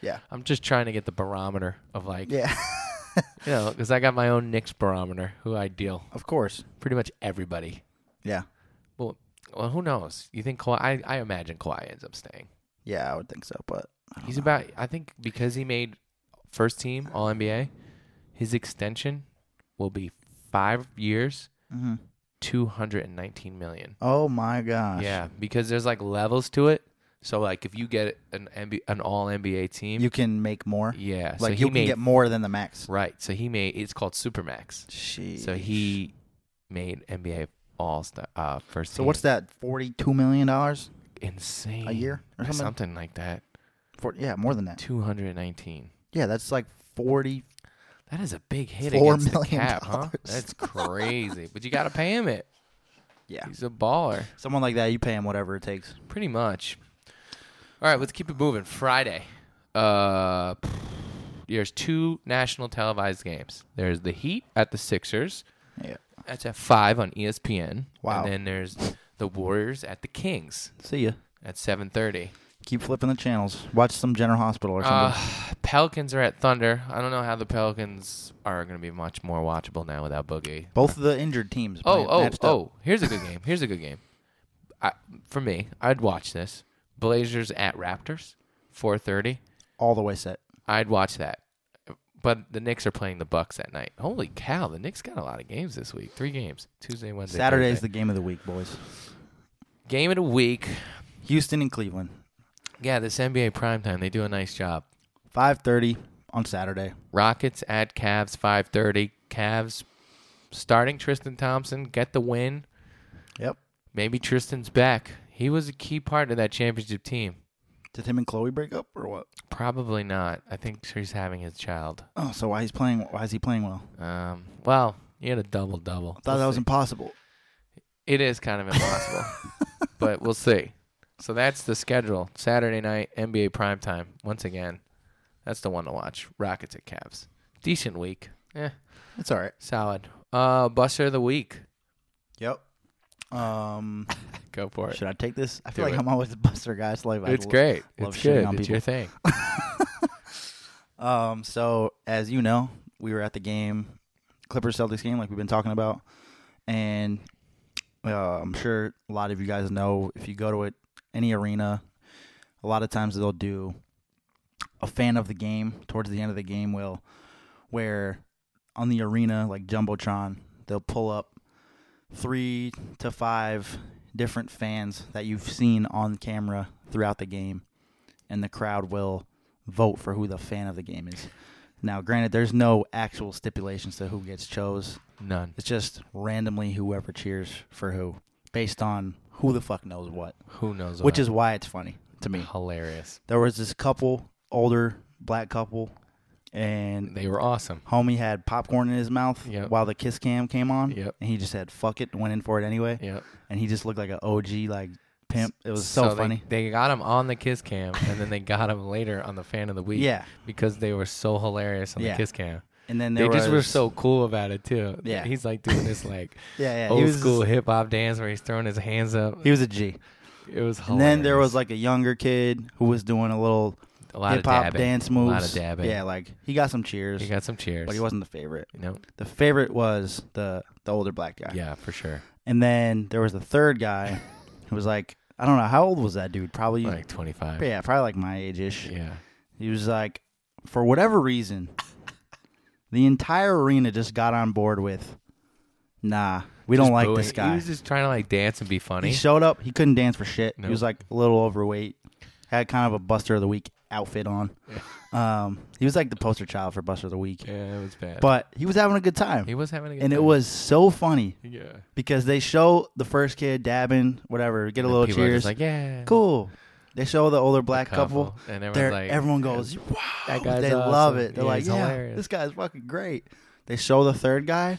A: Yeah.
B: I'm just trying to get the barometer of like,
A: Yeah,
B: you know, because I got my own Knicks barometer, who I deal
A: of course.
B: pretty much everybody.
A: Yeah,
B: Well, well, who knows? You think Kawhi? I, I imagine Kawhi ends up staying.
A: yeah, I would think so. But I don't
B: He's
A: know.
B: about. I think because he made first team All NBA, his extension will be five years,
A: Mhm.
B: two hundred and nineteen million.
A: Oh my gosh.
B: Yeah, because there's like levels to it. So like if you get an NBA, an All NBA team,
A: you can make more.
B: yeah, so
A: Like
B: he
A: you can
B: made
A: get more than the max.
B: right. So he made it's called Supermax.
A: Sheesh.
B: So he made NBA All Star uh, first.
A: So what's that? Forty-two million dollars.
B: insane
A: year or something?
B: something like that?
A: For yeah, more than that.
B: Two hundred and nineteen.
A: Yeah, that's like forty.
B: That is a big hit
A: Four
B: against the
A: million
B: cap, huh?
A: dollars.
B: That's crazy. but you got to pay him it.
A: Yeah,
B: He's a baller,
A: someone like that, you pay him whatever it takes.
B: pretty much. All right, let's keep it moving. Friday, uh, there's two national televised games. There's the Heat at the Sixers.
A: Yeah.
B: That's at five on E ESPN.
A: Wow.
B: And then there's the Warriors at the Kings
A: See ya.
B: at seven thirty.
A: Keep flipping the channels. Watch some General Hospital or something.
B: Uh, Pelicans are at Thunder. I don't know how the Pelicans are going to be much more watchable now without Boogie.
A: Both of the injured teams.
B: Oh,
A: play-
B: oh,
A: matched up.
B: oh! Here's a good game. Here's a good game. I, for me, I'd watch this. Blazers at Raptors, four thirty.
A: All the way set.
B: I'd watch that. But the Knicks are playing the Bucks that night. Holy cow! The Knicks got a lot of games this week. Three games: Tuesday, Wednesday,
A: Saturday's
B: Thursday.
A: the game of the week, boys.
B: game of the week.
A: Houston and Cleveland,
B: Yeah, this NBA primetime. They do a nice job.
A: five thirty on Saturday.
B: Rockets at Cavs, five thirty. Cavs starting Tristan Thompson get the win.
A: Yep.
B: Maybe Tristan's back. He was a key part of that championship team.
A: Did him and Chloe break up or what?
B: Probably not. I think she's having his child.
A: Oh, so why he's playing? Why is he playing well?
B: Um, well, he had a double double.
A: I thought that was impossible.
B: it is kind of impossible, but we'll see. So that's the schedule. Saturday night NBA primetime. Once again, that's the one to watch. Rockets at Cavs. Decent week. Yeah,
A: It's all right.
B: solid. Uh, Buster of the week.
A: Yep. Um,
B: Go for it.
A: should I take this? I
B: Do
A: feel like
B: it.
A: I'm always a Buster guy. It's like I
B: It's
A: lo-
B: great.
A: love
B: It's
A: shitting
B: good.
A: on
B: It's
A: people.
B: your thing.
A: Um, so as you know, we were at the game, Clippers Celtics game, like we've been talking about, and uh, I'm sure a lot of you guys know if you go to it, any arena, a lot of times they'll do a fan of the game towards the end of the game will, where on the arena like jumbotron they'll pull up three to five different fans that you've seen on camera throughout the game, and the crowd will vote for who the fan of the game is. Now, granted, there's no actual stipulations to who gets chose.
B: None.
A: It's just randomly whoever cheers for who, based on who the fuck knows what.
B: Who knows?
A: Which is why it's funny to me.
B: hilarious.
A: There was this couple, older black couple, and
B: They were awesome.
A: homie had popcorn in his mouth
B: Yep.
A: while the kiss cam came on,
B: Yep.
A: and he just said "fuck it" and went in for it anyway.
B: Yeah.
A: And he just looked like an OG like pimp. It was so,
B: they-
A: funny.
B: They, got him on the Kiss Cam, and then they got him later on the Fan of the Week.
A: Yeah.
B: because they were so hilarious on
A: Yeah.
B: the Kiss Cam.
A: And then
B: They
A: there
B: just were
A: was-
B: so cool about it too.
A: Yeah.
B: he's like doing this like
A: yeah yeah.
B: old
A: he was
B: school hip hop dance where he's throwing his hands up.
A: He was a G.
B: It was hilarious.
A: And then there was like a younger kid who was doing a little
B: a lot
A: hip
B: of
A: hop
B: dabbing.
A: dance
B: A
A: moves.
B: lot of dabbing.
A: Yeah, like he got some cheers,
B: He got some cheers.
A: but he wasn't the favorite.
B: You know?
A: The favorite was the the older black guy.
B: Yeah, for sure.
A: And then there was the third guy who was like, I don't know, how old was that dude? Probably
B: Like 25.
A: yeah, probably like my age ish.
B: Yeah.
A: He was like, for whatever reason, the entire arena just got on board with, nah, we
B: Just
A: don't like
B: booing.
A: this guy.
B: He was just trying to like dance and be funny.
A: He showed up. He couldn't dance for shit.
B: Nope.
A: He was like a little overweight. Had kind of a Buster of the Week outfit on. Um, he was like the poster child for Buster of the Week.
B: yeah, it was bad.
A: But he was having a good time,
B: he was having a good
A: and it
B: time.
A: was so funny
B: yeah.
A: because they show the first kid dabbing, whatever, get a
B: And
A: little
B: people are
A: cheers,
B: just like yeah,
A: cool. They show the older black couple.
B: and
A: They're-
B: everyone's like
A: everyone goes, wow.
B: That guy's
A: they love
B: awesome.
A: it. They're
B: Yeah,
A: like,
B: he's
A: yeah,
B: hilarious."
A: this guy's fucking great. They show the third guy.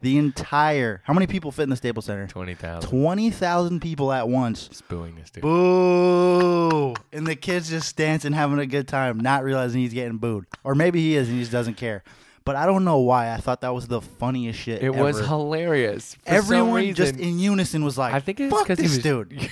A: The entire how many people fit in the Staples Center?
B: twenty thousand
A: Twenty thousand people at once.
B: spooing this dude.
A: Boo! And the kid's just dancing, having a good time, not realizing he's getting booed. Or maybe he is and he just doesn't care. But I don't know why. I thought that was the funniest shit.
B: It was
A: ever.
B: hilarious. For some
A: Everyone just
B: reason-
A: in unison was like,
B: I think it's
A: fuck
B: because
A: this
B: he was
A: dude.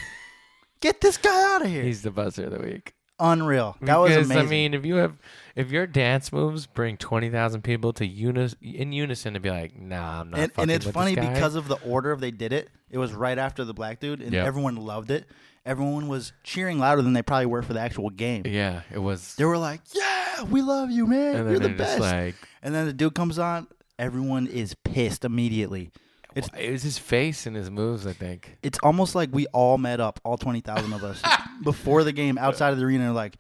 A: Get this guy out of here.
B: He's the buzzer of the week.
A: Unreal. That was
B: Because,
A: amazing.
B: I mean, if you have if your dance moves bring twenty thousand people to unis in unison to be like, nah, I'm not.
A: and,
B: fucking
A: and it's
B: with
A: funny
B: this guy.
A: because of the order of they did it. It was right after the black dude, and
B: Yep.
A: everyone loved it. Everyone was cheering louder than they probably were for the actual game.
B: yeah, it was.
A: They were like, "Yeah, we love you, man.
B: And then
A: You're the
B: they're just
A: best."
B: like,
A: And then the dude comes on, everyone is pissed immediately. It's
B: it was his face and his moves. I think.
A: it's almost like we all met up, all twenty thousand of us, before the game outside of the arena. Like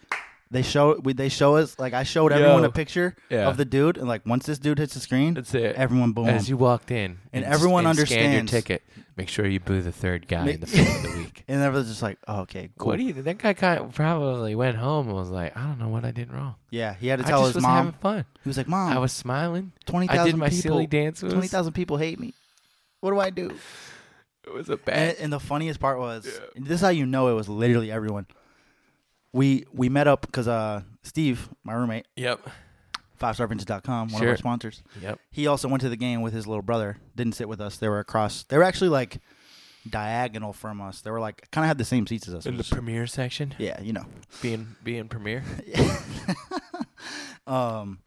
A: they show we, they show us like I showed everyone
B: Yo.
A: a picture
B: Yeah.
A: of the dude, and like once this dude hits the screen,
B: That's it.
A: Everyone boom.
B: As you walked in,
A: And
B: s-
A: everyone
B: scanned
A: understands.
B: your ticket. Make sure you boo the third guy
A: Ma-
B: in the film of the week.
A: and everyone's just like, oh, okay, cool.
B: What do you? That guy kind of probably went home and was like, I don't know what I did wrong.
A: yeah, he had to
B: I
A: tell
B: just
A: his
B: was
A: mom.
B: having fun.
A: He was like, mom,
B: I was smiling.
A: twenty
B: I did
A: thousand
B: my
A: people.
B: silly dance moves.
A: twenty thousand people hate me. What do I do?
B: It was a
A: And, and the funniest part was and this is how you know it was literally everyone. We we met up because uh, Steve, my roommate,
B: Yep.
A: FiveStarVintage.com, one of
B: Sure.
A: our sponsors.
B: Yep.
A: He also went to the game with his little brother. Didn't sit with us. They were across. They were actually like diagonal from us. They were like kind of had the same seats as us.
B: In the
A: It was-
B: premiere section,
A: yeah, you know.
B: being being premiere.
A: Um,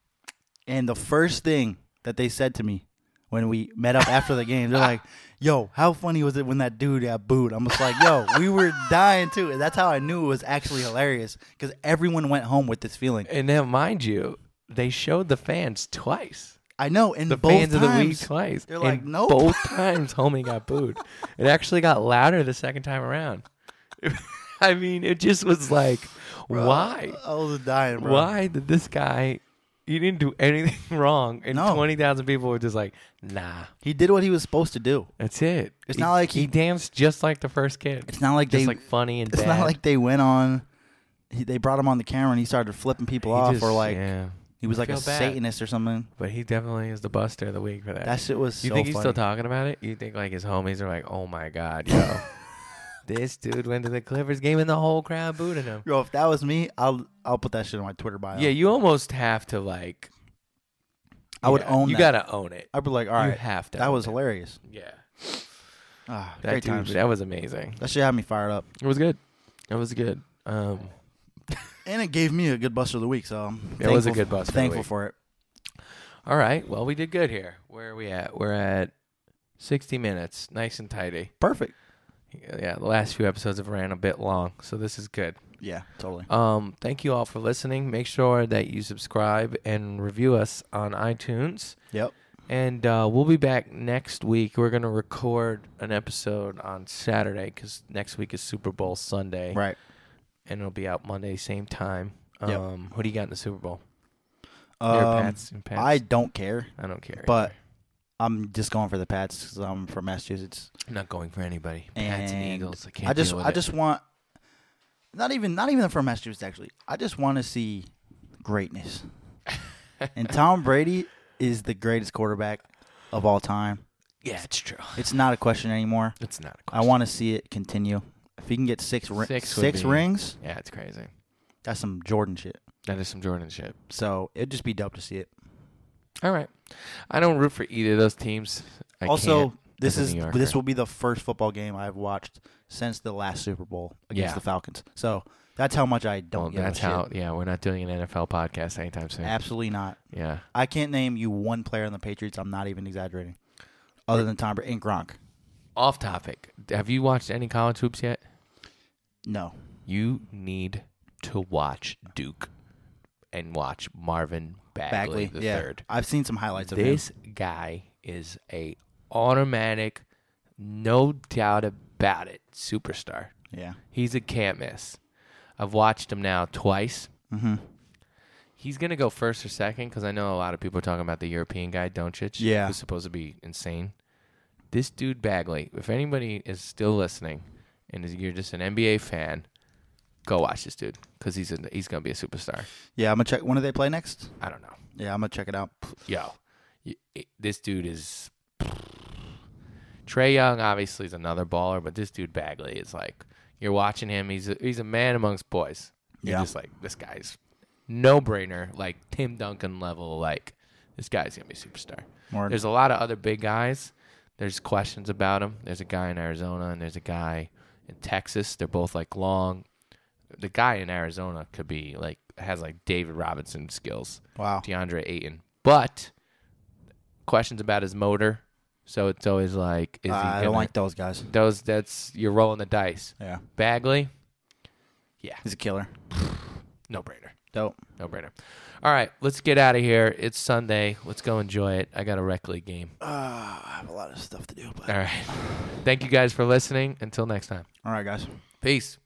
A: and the first thing that they said to me when we met up after the game, they're like, "Yo, how funny was it when that dude got booed?" I'm just like, "Yo, we were dying too," and that's how I knew it was actually hilarious because everyone went home with this feeling.
B: And now, mind you, they showed the fans twice.
A: I know, and
B: The
A: both
B: fans
A: times,
B: of the week twice.
A: they're like,
B: and
A: nope.
B: Both times, homie got booed. It actually got louder the second time around. I mean, it just was like, why?
A: I was dying, bro.
B: Why did this guy? He didn't do anything wrong, and
A: No.
B: twenty thousand people were just like, "Nah,
A: He did what he was supposed to do.
B: that's it."
A: It's
B: He-
A: not like he-
B: he danced just like the first kid.
A: It's not like
B: just
A: they.
B: like funny and
A: it's
B: bad.
A: not like they went on. He, they brought him on the camera and he started flipping people
B: He
A: off,
B: just-
A: or like
B: yeah.
A: he was like a
B: feel bad.
A: Satanist or something.
B: But he definitely is the buster of the week for that.
A: That shit was
B: you
A: so
B: think he's still
A: funny.
B: talking about it? You think like his homies are like, "Oh my god, yo, this dude went to the Clippers game and the whole crowd booed him."
A: Yo, if that was me, I'll I'll put that shit on my Twitter bio.
B: Yeah, you almost have to like.
A: I would
B: yeah,
A: own.
B: You
A: that.
B: gotta own it.
A: I'd be like, all
B: You
A: right,
B: have to.
A: that
B: own
A: was
B: it.
A: hilarious.
B: Yeah,
A: Ah,
B: that
A: great
B: dude-
A: times. That,
B: That was amazing.
A: shit had me fired up,
B: It was good. It was good. Um,
A: and it gave me a good bust of the week. So I'm
B: It was a
A: thankful-
B: good bust of the
A: Thankful
B: week.
A: for it.
B: all right. Well, we did good here. Where are we at? We're at sixty minutes, nice and tidy.
A: Perfect.
B: Yeah, the last few episodes have ran a bit long, so this is good.
A: Yeah, totally.
B: Um, thank you all for listening. Make sure that you subscribe and review us on iTunes.
A: Yep.
B: And uh, we'll be back next week. We're gonna record an episode on Saturday because next week is Super Bowl Sunday,
A: Right.
B: and it'll be out Monday same time. Um,
A: Yep.
B: who do you got in the Super Bowl? Your
A: Um,
B: Pats and Pats.
A: I don't care,
B: I don't care.
A: but I'm just going for the Pats because I'm from Massachusetts.
B: I'm not going for anybody. Pats and,
A: And
B: Eagles. I can't.
A: I just
B: deal with
A: I
B: it.
A: just want not even not even from Massachusetts actually. I just want to see greatness. and Tom Brady is the greatest quarterback of all time.
B: yeah, it's true.
A: It's not a question anymore.
B: It's not a
A: I
B: question.
A: want to see it continue. If he can get six ri- six,
B: Six would be-
A: rings,
B: yeah, it's crazy.
A: that's some Jordan shit.
B: That is some Jordan shit.
A: So it'd just be dope to see it.
B: All right, I don't root for either of those teams. I
A: also,
B: can't
A: this
B: as a
A: is
B: New Yorker.
A: this will be the first football game I've watched since the last Super Bowl against
B: Yeah.
A: the Falcons. So that's how much I don't
B: Well,
A: give
B: that's
A: a shit.
B: how. Yeah, we're not doing an NFL podcast anytime soon.
A: Absolutely not.
B: yeah,
A: I can't name you one player on the Patriots. I'm not even exaggerating. Other than Tom Brady and Gronk.
B: off topic. Have you watched any college hoops yet?
A: No.
B: You need to watch Duke and watch Marvin Bagley,
A: Bagley.
B: the
A: yeah.
B: third.
A: I've seen some highlights of him.
B: This guy is a automatic, no doubt about it, superstar.
A: Yeah.
B: He's a can't miss. I've watched him now twice.
A: Mm-hmm.
B: He's gonna go first or second because I know a lot of people are talking about the European guy Doncic,
A: Yeah.
B: who's supposed to be insane. This dude Bagley. If anybody is still listening, and is, you're just an NBA fan, go watch this dude because he's a, he's gonna be a superstar.
A: Yeah, I'm gonna check. When do they play next?
B: I don't know,
A: Yeah, I'm gonna check it out.
B: yo, y- it- this dude is. Trey Young obviously is another baller, but this dude Bagley is like you're watching him. He's a, he's a man amongst boys. You're
A: Yeah.
B: just like this guy's no brainer, like Tim Duncan level. Like this guy's gonna be a superstar.
A: Word.
B: There's a lot of other big guys. There's questions about him. There's a guy in Arizona and there's a guy in Texas. They're both like long. The guy in Arizona could be like has like David Robinson skills.
A: Wow.
B: DeAndre Ayton. But questions about his motor. So it's always like, is
A: Uh,
B: he
A: I
B: gonna-
A: don't like those guys.
B: those? That's you're rolling the dice.
A: Yeah.
B: Bagley, yeah,
A: He's a killer.
B: no brainer,
A: Dope.
B: no brainer. All right, let's get out of here. It's Sunday. Let's go enjoy it. I got a rec league game.
A: Uh, I have a lot of stuff to do. But...
B: All right. Thank you guys for listening. Until next time.
A: All right, guys.
B: Peace.